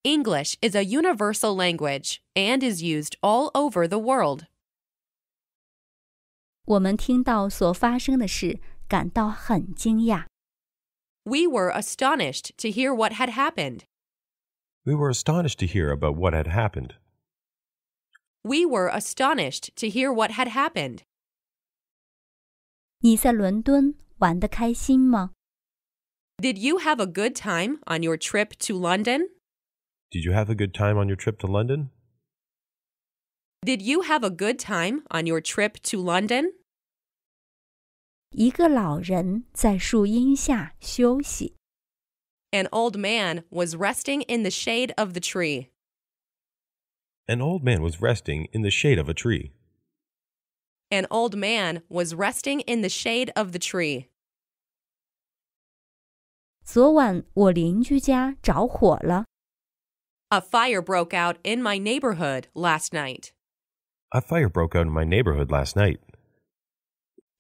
English is a universal language and is used all over the world. 我们听到所发生的事，感到很惊讶。 We were astonished to hear what had happened. We were astonished to hear about what had happened. We were astonished to hear what had happened. 你在伦敦玩得开心吗？ Did you have a good time on your trip to London? Did you have a good time on your trip to London? Did you have a good time on your trip to London? 一个老人在树荫下休息， An old man was resting in the shade of the tree. An old man was resting in the shade of a tree. An old man was resting in the shade of the tree. 昨晚我邻居家着火了， A fire broke out in my neighborhood last night. A fire broke out in my neighborhood last night.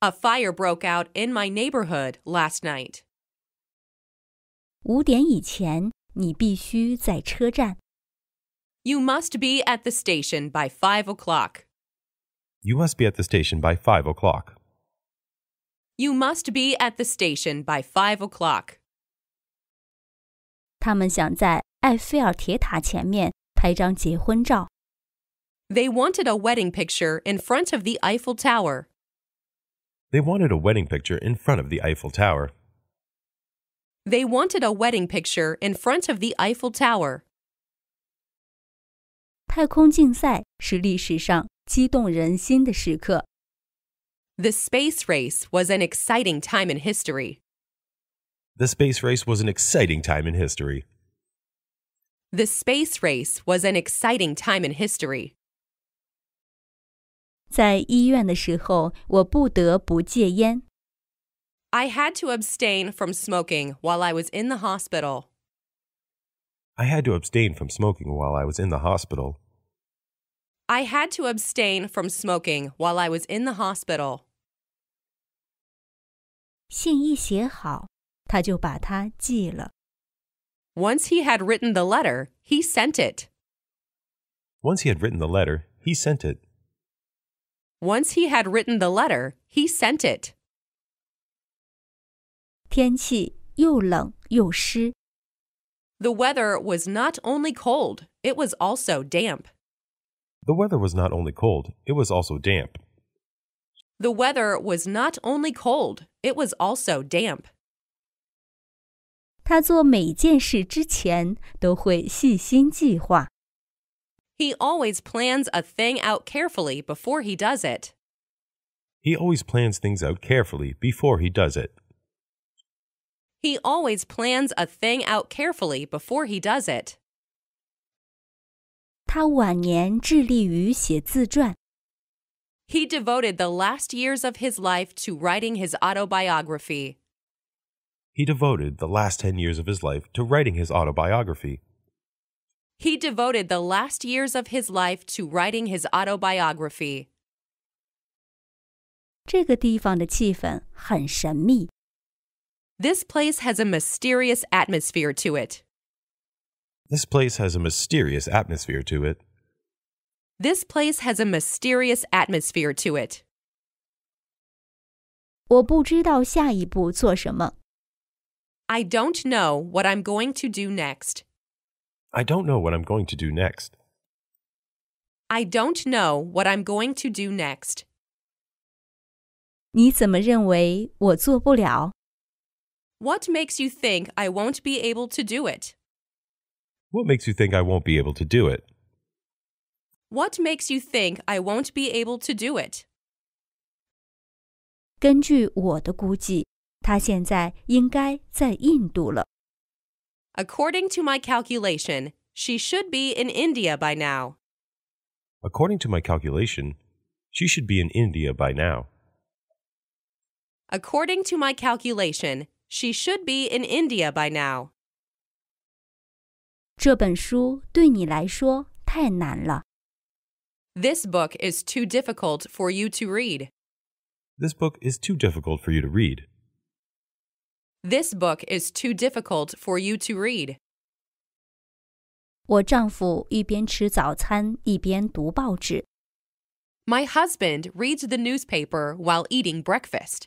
A fire broke out in my neighborhood last night. 五点以前你必须在车站。 You must be at the station by five o'clock. You must be at the station by five o'clock. You must be at the station by five o'clock. 他们想在埃菲尔铁塔前面拍张结婚照。 They wanted a wedding picture in front of the Eiffel Tower. They wanted a wedding picture in front of the Eiffel Tower. They wanted a wedding picture in front of the Eiffel Tower. 太空竞赛是历史上激动人心的时刻。 The space race was an exciting time in history. The space race was an exciting time in history. The space race was an exciting time in history. 在医院的时候，我不得不戒烟。 I had to abstain from smoking while I was in the hospital. I had to abstain from smoking while I was in the hospital. I had to abstain from smoking while I was in the hospital. 信一写好，他就把它记了。 Once he had written the letter, he sent it. Once he had written the letter, he sent it. Once he had written the letter, he sent it. 天气又冷又湿， The weather was not only cold, it was also damp. The weather was not only cold, it was also damp. The weather was not only cold, it was also damp. 他做每件事之前都会细心计划。 He always plans a thing out carefully before he does it. He always plans things out carefully before he does it. He always plans a thing out carefully before he does it. 他晚年致力于写自传， He devoted the last years of his life to writing his autobiography. He devoted the last 10 years of his life to writing his autobiography. He devoted the last years of his life to writing his autobiography. 这个地方的气氛很神秘。 This place has a mysterious atmosphere to it. This place has a mysterious atmosphere to it. This place has a mysterious atmosphere to it. 我不知道下一步做什么。 I don't know what I'm going to do next. I don't know what I'm going to do next. I don't know what I'm going to do next. 你怎么认为我做不了？ What makes you think I won't be able to do it? What makes you think I won't be able to do it? What makes you think I won't be able to do it? 根据我的估计，他现在应该在印度了。 According to my calculation, she should be in India by now. According to my calculation, she should be in India by now. According to my calculation, she should be in India by now. 这本书对你来说太难了， This book is too difficult for you to read. This book is too difficult for you to read. This book is too difficult for you to read. 我丈夫一边吃早餐一边读报纸， My husband reads the newspaper while eating breakfast.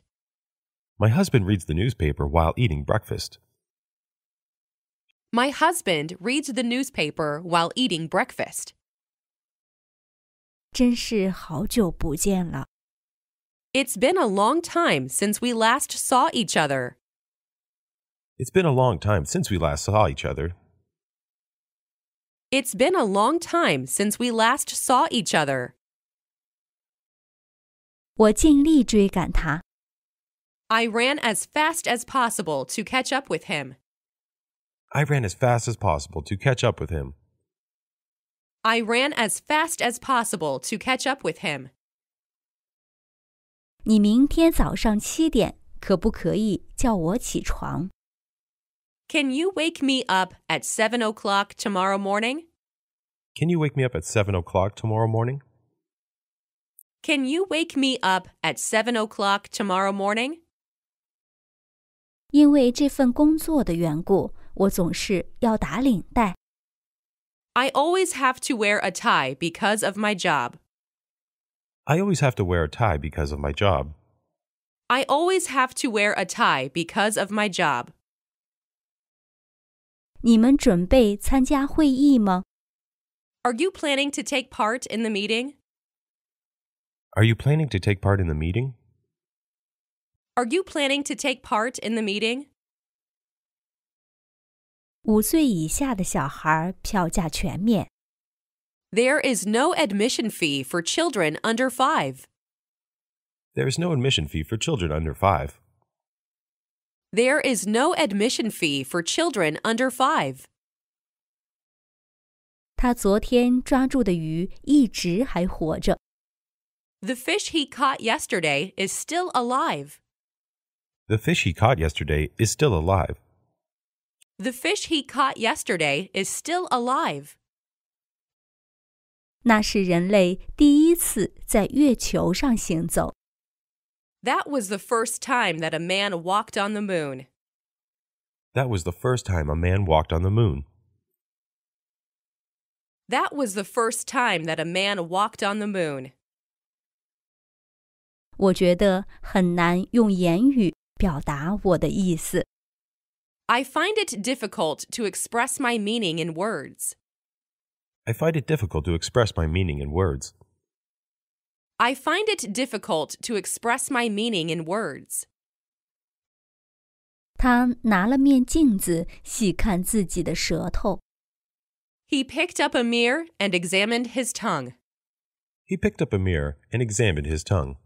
My husband reads the newspaper while eating breakfast. My husband reads the newspaper while eating breakfast. 真是好久不见了。 It's been a long time since we last saw each other. It's been a long time since we last saw each other. It's been a long time since we last saw each other. 我尽力追赶他， I ran as fast as possible to catch up with him. I ran as fast as possible to catch up with him. I ran as fast as possible to catch up with him. 你明天早上七点可不可以叫我起床？ Can you wake me up at 7 o'clock tomorrow morning? Can you wake me up at 7 o'clock tomorrow morning? Can you wake me up at 7 o'clock tomorrow morning? 因为这份工作的缘故，我总是要打领带。 I always have to wear a tie because of my job. I always have to wear a tie because of my job. I always have to wear a tie because of my job. 你们准备参加会议吗？ Are you planning to take part in the meeting? Are you planning to take part in the meeting? Are you planning to take part in the meeting? 五岁以下的小孩票价全免， There is no admission fee for children under 5. There is no admission fee for children under 5. There is no admission fee for children under 5. 他昨天抓住的鱼一直还活着。 The fish he caught yesterday is still alive. The fish he caught yesterday is still alive. The fish he caught yesterday is still alive. 那是人类第一次在月球上行走， That was the first time that a man walked on the moon. That was the first time a man walked on the moon. That was the first time that a man walked on the moon. 我觉得很难用言语表达我的意思。 I find it difficult to express my meaning in words. I find it difficult to express my meaning in words. I find it difficult to express my meaning in words. 他拿了面镜子细看自己的舌头。 He picked up a mirror and examined his tongue. He picked up a mirror and examined his tongue.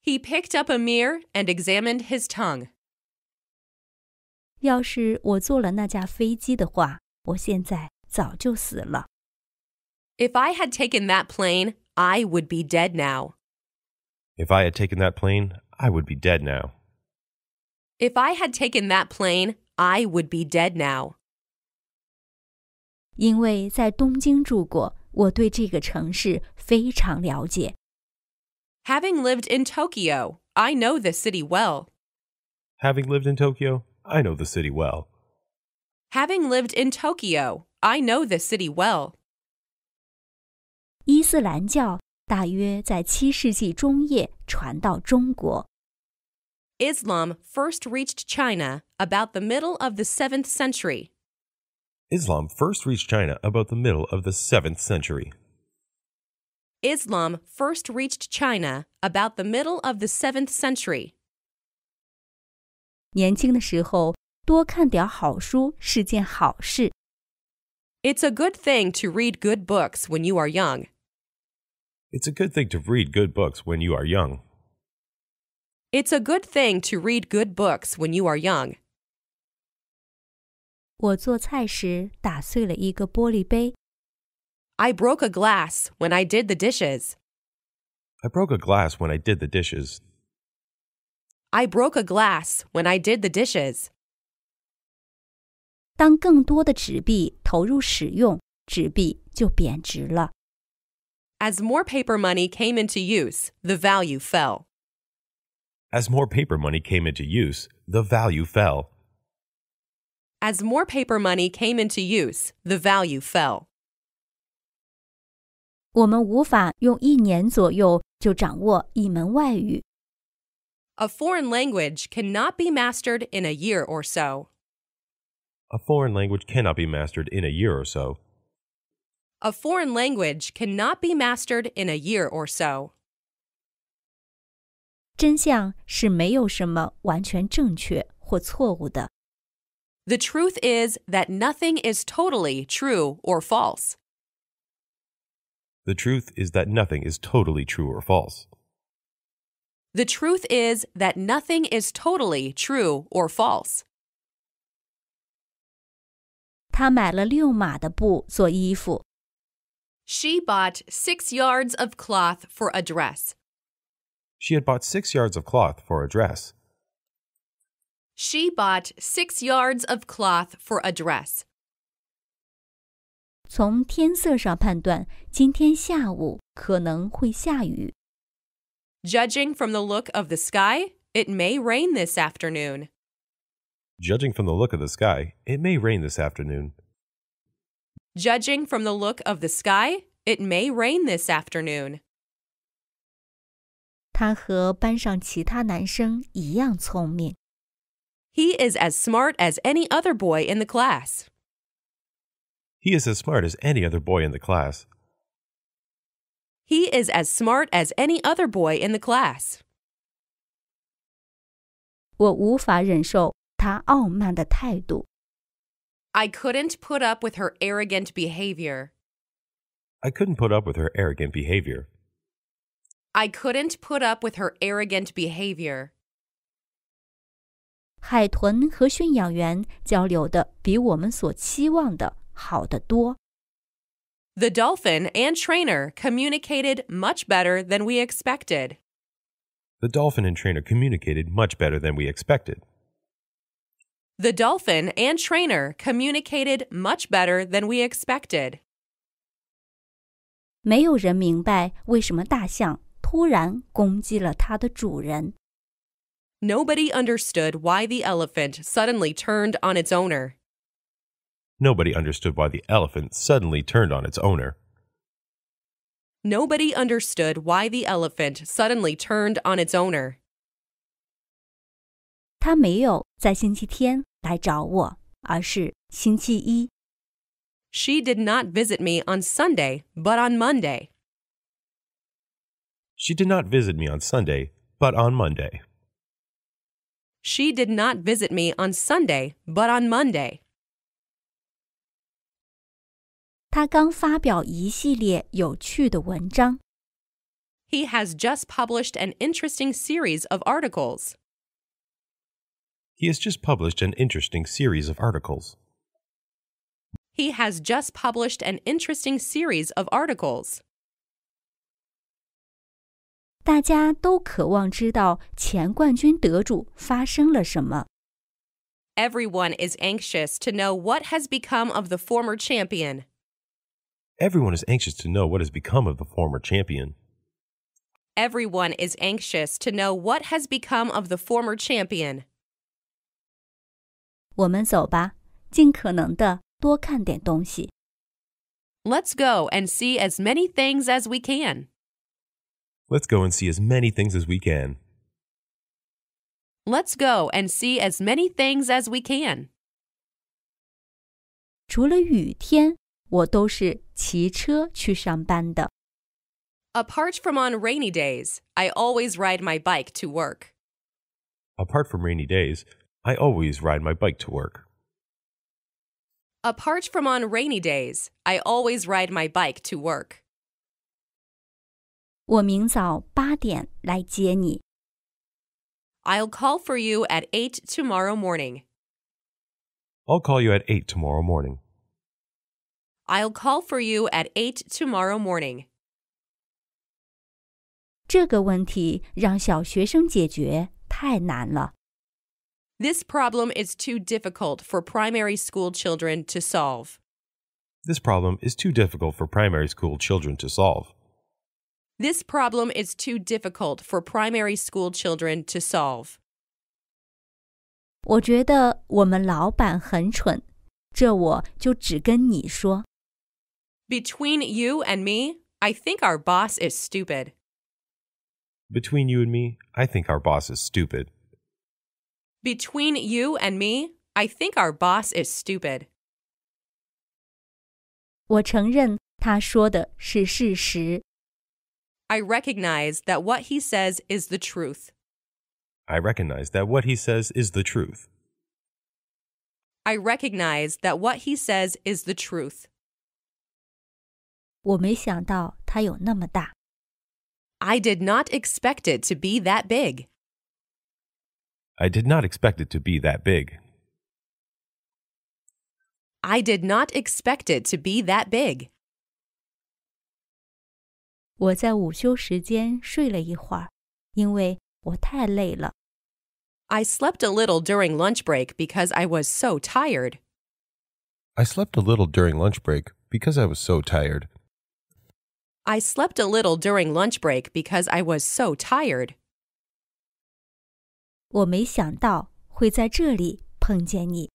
He picked up a mirror and examined his tongue. 要是我坐了那架飞机的话，我现在早就死了。 If I had taken that plane, I would be dead now. If I had taken that plane, I would be dead now. If I had taken that plane, I would be dead now. 因为在东京住过，我对这个城市非常了解。 Having lived in Tokyo, I know the city well. Having lived in Tokyo, I know the city well. Having lived in Tokyo, I know the city well. 伊斯兰教大约在七世纪中叶传到中国。 Islam first reached China about the middle of the 7th century. Islam first reached China about the middle of the 7th century. Islam first reached China about the middle of the 7th century. 年轻的时候多看点好书是件好事。 It's a good thing to read good books when you are young. It's a good thing to read good books when you are young. It's a good thing to read good books when you are young. 我做菜时打碎了一个玻璃杯， I broke a glass when I did the dishes. I broke a glass when I did the dishes. I broke a glass when I did the dishes. 当更多的纸币投入使用，纸币就贬值了。 As more paper money came into use, the value fell. As more paper money came into use, the value fell. As more paper money came into use, the value fell. 我们无法用一年左右就掌握一门外语。 A foreign language cannot be mastered in a year or so. A foreign language cannot be mastered in a year or so. A foreign language cannot be mastered in a year or so. 真相是没有什么完全正确或错误的。 The truth is that nothing is totally true or false. The truth is that nothing is totally true or false. The truth is that nothing is totally true or false. 他买了六码的布做衣服， She bought six yards of cloth for a dress. She had bought six yards of cloth for a dress. She bought six yards of cloth for a dress. 从天色上判断今天下午可能会下雨。 Judging from the look of the sky, it may rain this afternoon. Judging from the look of the sky, it may rain this afternoon. Judging from the look of the sky, it may rain this afternoon. 他和班上其他男生一样聪明， He is as smart as any other boy in the class. He is as smart as any other boy in the class. He is as smart as any other boy in the class. 我无法忍受他傲慢的态度。 I couldn't put up with her arrogant behavior. I couldn't put up with her arrogant behavior. I couldn't put up with her arrogant behavior. 海豚和驯养员交流的比我们所期望的好得多。 The dolphin and trainer communicated much better than we expected. The dolphin and trainer communicated much better than we expected. The dolphin and trainer communicated much better than we expected. 没有人明白为什么大象突然攻击了它的主人。 Nobody understood why the elephant suddenly turned on its owner. Nobody understood why the elephant suddenly turned on its owner. Nobody understood why the elephant suddenly turned on its owner. 他没有在星期天来找我，而是星期一。 She did not visit me on Sunday, but on Monday. She did not visit me on Sunday, but on Monday. She did not visit me on Sunday, but on Monday. 他刚发表一系列有趣的文章， He has just published an interesting series of articles. He has just published an interesting series of articles. He has just published an interesting series of articles. 大家都渴望知道前冠军得主发生了什么。 Everyone is anxious to know what has become of the former champion. Everyone is anxious to know what has become of the former champion. Everyone is anxious to know what has become of the former champion. 我们走吧，尽可能的多看点东西。 Let's go and see as many things as we can. Let's go and see as many things as we can. Let's go and see as many things as we can. 除了雨天，我都是骑车去上班的。 Apart from on rainy days, I always ride my bike to work. Apart from rainy days, I always ride my bike to work. Apart from on rainy days, I always ride my bike to work. 我明早八点来接你。 I'll call for you at 8 tomorrow morning. I'll call you at 8 tomorrow morning. I'll call for you at 8 tomorrow morning. 这个问题让小学生解决太难了。 This problem is too difficult for primary school children to solve. This problem is too difficult for primary school children to solve. This problem is too difficult for primary school children to solve. 我觉得我们老板很蠢，这我就只跟你说。 Between you and me, I think our boss is stupid. Between you and me, I think our boss is stupid. Between you and me, I think our boss is stupid. 我承认他说的是事实。 I recognize that what he says is the truth. I recognize that what he says is the truth. I recognize that what he says is the truth. 我没想到他有那么大。 I did not expect it to be that big. I did not expect it to be that big. I did not expect it to be that big. 我在午休时间睡了一会儿，因为我太累了。 I slept a little during lunch break because I was so tired. I slept a little during lunch break because I was so tired. I slept a little during lunch break because I was so tired. 我没想到会在这里碰见你。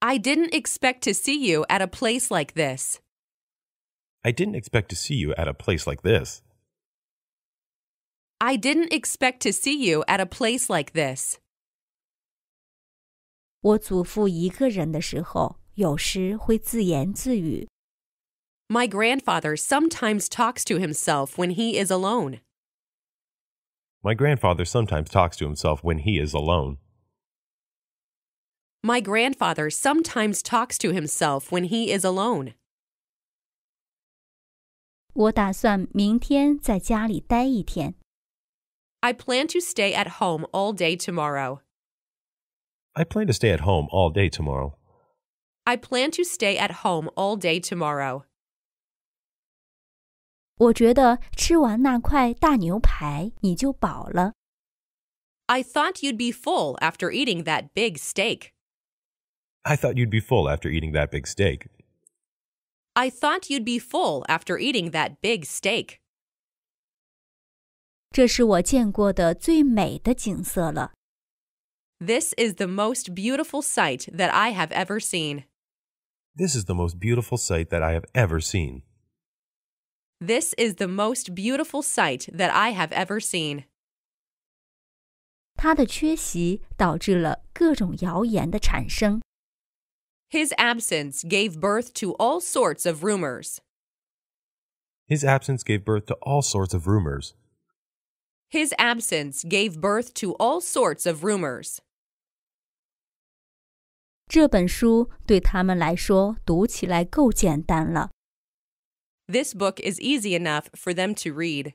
I didn't expect to see you at a place like this. I didn't expect to see you at a place like this. I didn't expect to see you at a place like this. 我祖父一个人的时候，有时会自言自语。 My grandfather sometimes talks to himself when he is alone. My grandfather sometimes talks to himself when he is alone. My grandfather sometimes talks to himself when he is alone. 我打算明天在家里待一天。 I plan to stay at home all day tomorrow. I plan to stay at home all day tomorrow. I plan to stay at home all day tomorrow. 我觉得吃完那块大牛排你就饱了。 I thought you'd be full after eating that big steak. I thought you'd be full after eating that big steak. I thought you'd be full after eating that big steak. 这是我见过的最美的景色了。 This is the most beautiful sight that I have ever seen. This is the most beautiful sight that I have ever seen. This is the most beautiful sight that I have ever seen. 他的缺席导致了各种谣言的产生。 His absence gave birth to all sorts of rumors. His absence gave birth to all sorts of rumors. His absence gave birth to all sorts of rumors. 这本书对他们来说读起来够简单了。 This book is easy enough for them to read.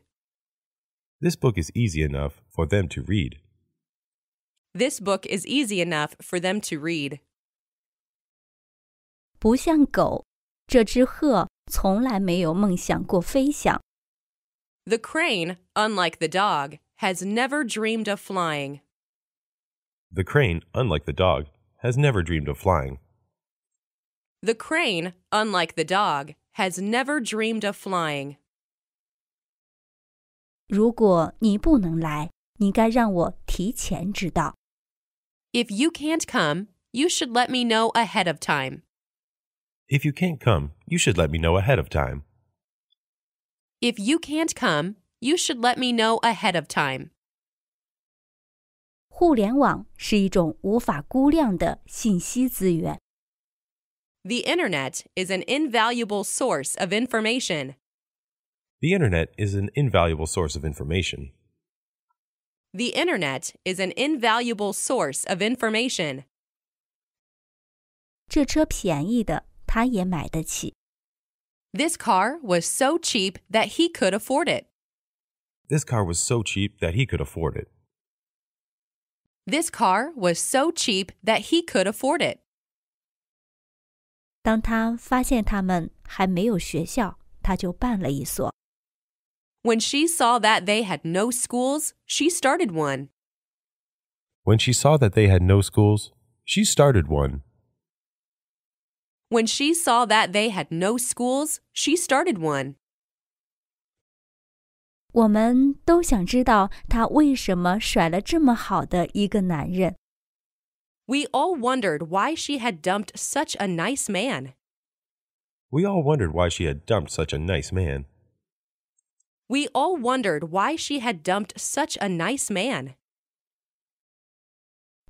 This book is easy enough for them to read. This book is easy enough for them to read. 不像狗，这只鹤从来没有梦想过飞翔。 The crane, unlike the dog, has never dreamed of flying. The crane, unlike the dog, has never dreamed of flying. The crane, unlike the dog, has never dreamed of flying. 如果你不能来，你该让我提前知道。 If you can't come, you should let me know ahead of time. If you can't come, you should let me know ahead of time. If you can't come, you should let me know ahead of time. 互联网是一种无法估量的信息资源， The internet is an invaluable source of information. The internet is an invaluable source of information. The internet is an invaluable source of information. 这车便宜的他也买得起， This car was so cheap that he could afford it. This car was so cheap that he could afford it. This car was so cheap that he could afford it. 当他发现他们还没有学校，他就办了一所。 When she saw that they had no schools, she started one. When she saw that they had no schools, she started one. When she saw that they had no schools, she started one. 我们都想知道他为什么甩了这么好的一个男人。 We all wondered why she had dumped such a nice man. We all wondered why she had dumped such a nice man. We all wondered why she had dumped such a nice man.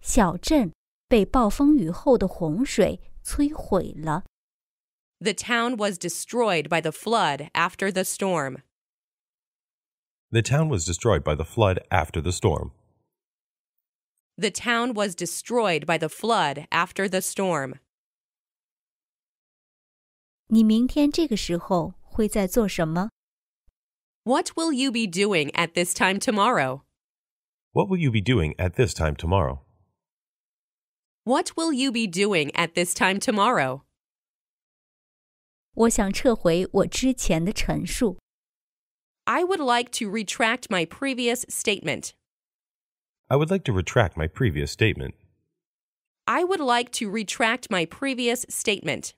小镇被暴风雨后的洪水摧毁了， The town was destroyed by the flood after the storm. The town was destroyed by the flood after the storm. The town was destroyed by the flood after the storm. 你明天这个时候会在做什么？ What will you be doing at this time tomorrow? What will you be doing at this time tomorrow? What will you be doing at this time tomorrow? 我想撤回我之前的陈述。 I would like to retract my previous statement. I would like to retract my previous statement. I would like to retract my previous statement.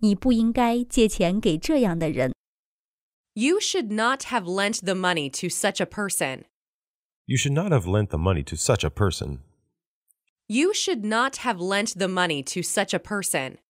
你不应该借钱给这样的人。 You should not have lent the money to such a person. You should not have lent the money to such a person. You should not have lent the money to such a person.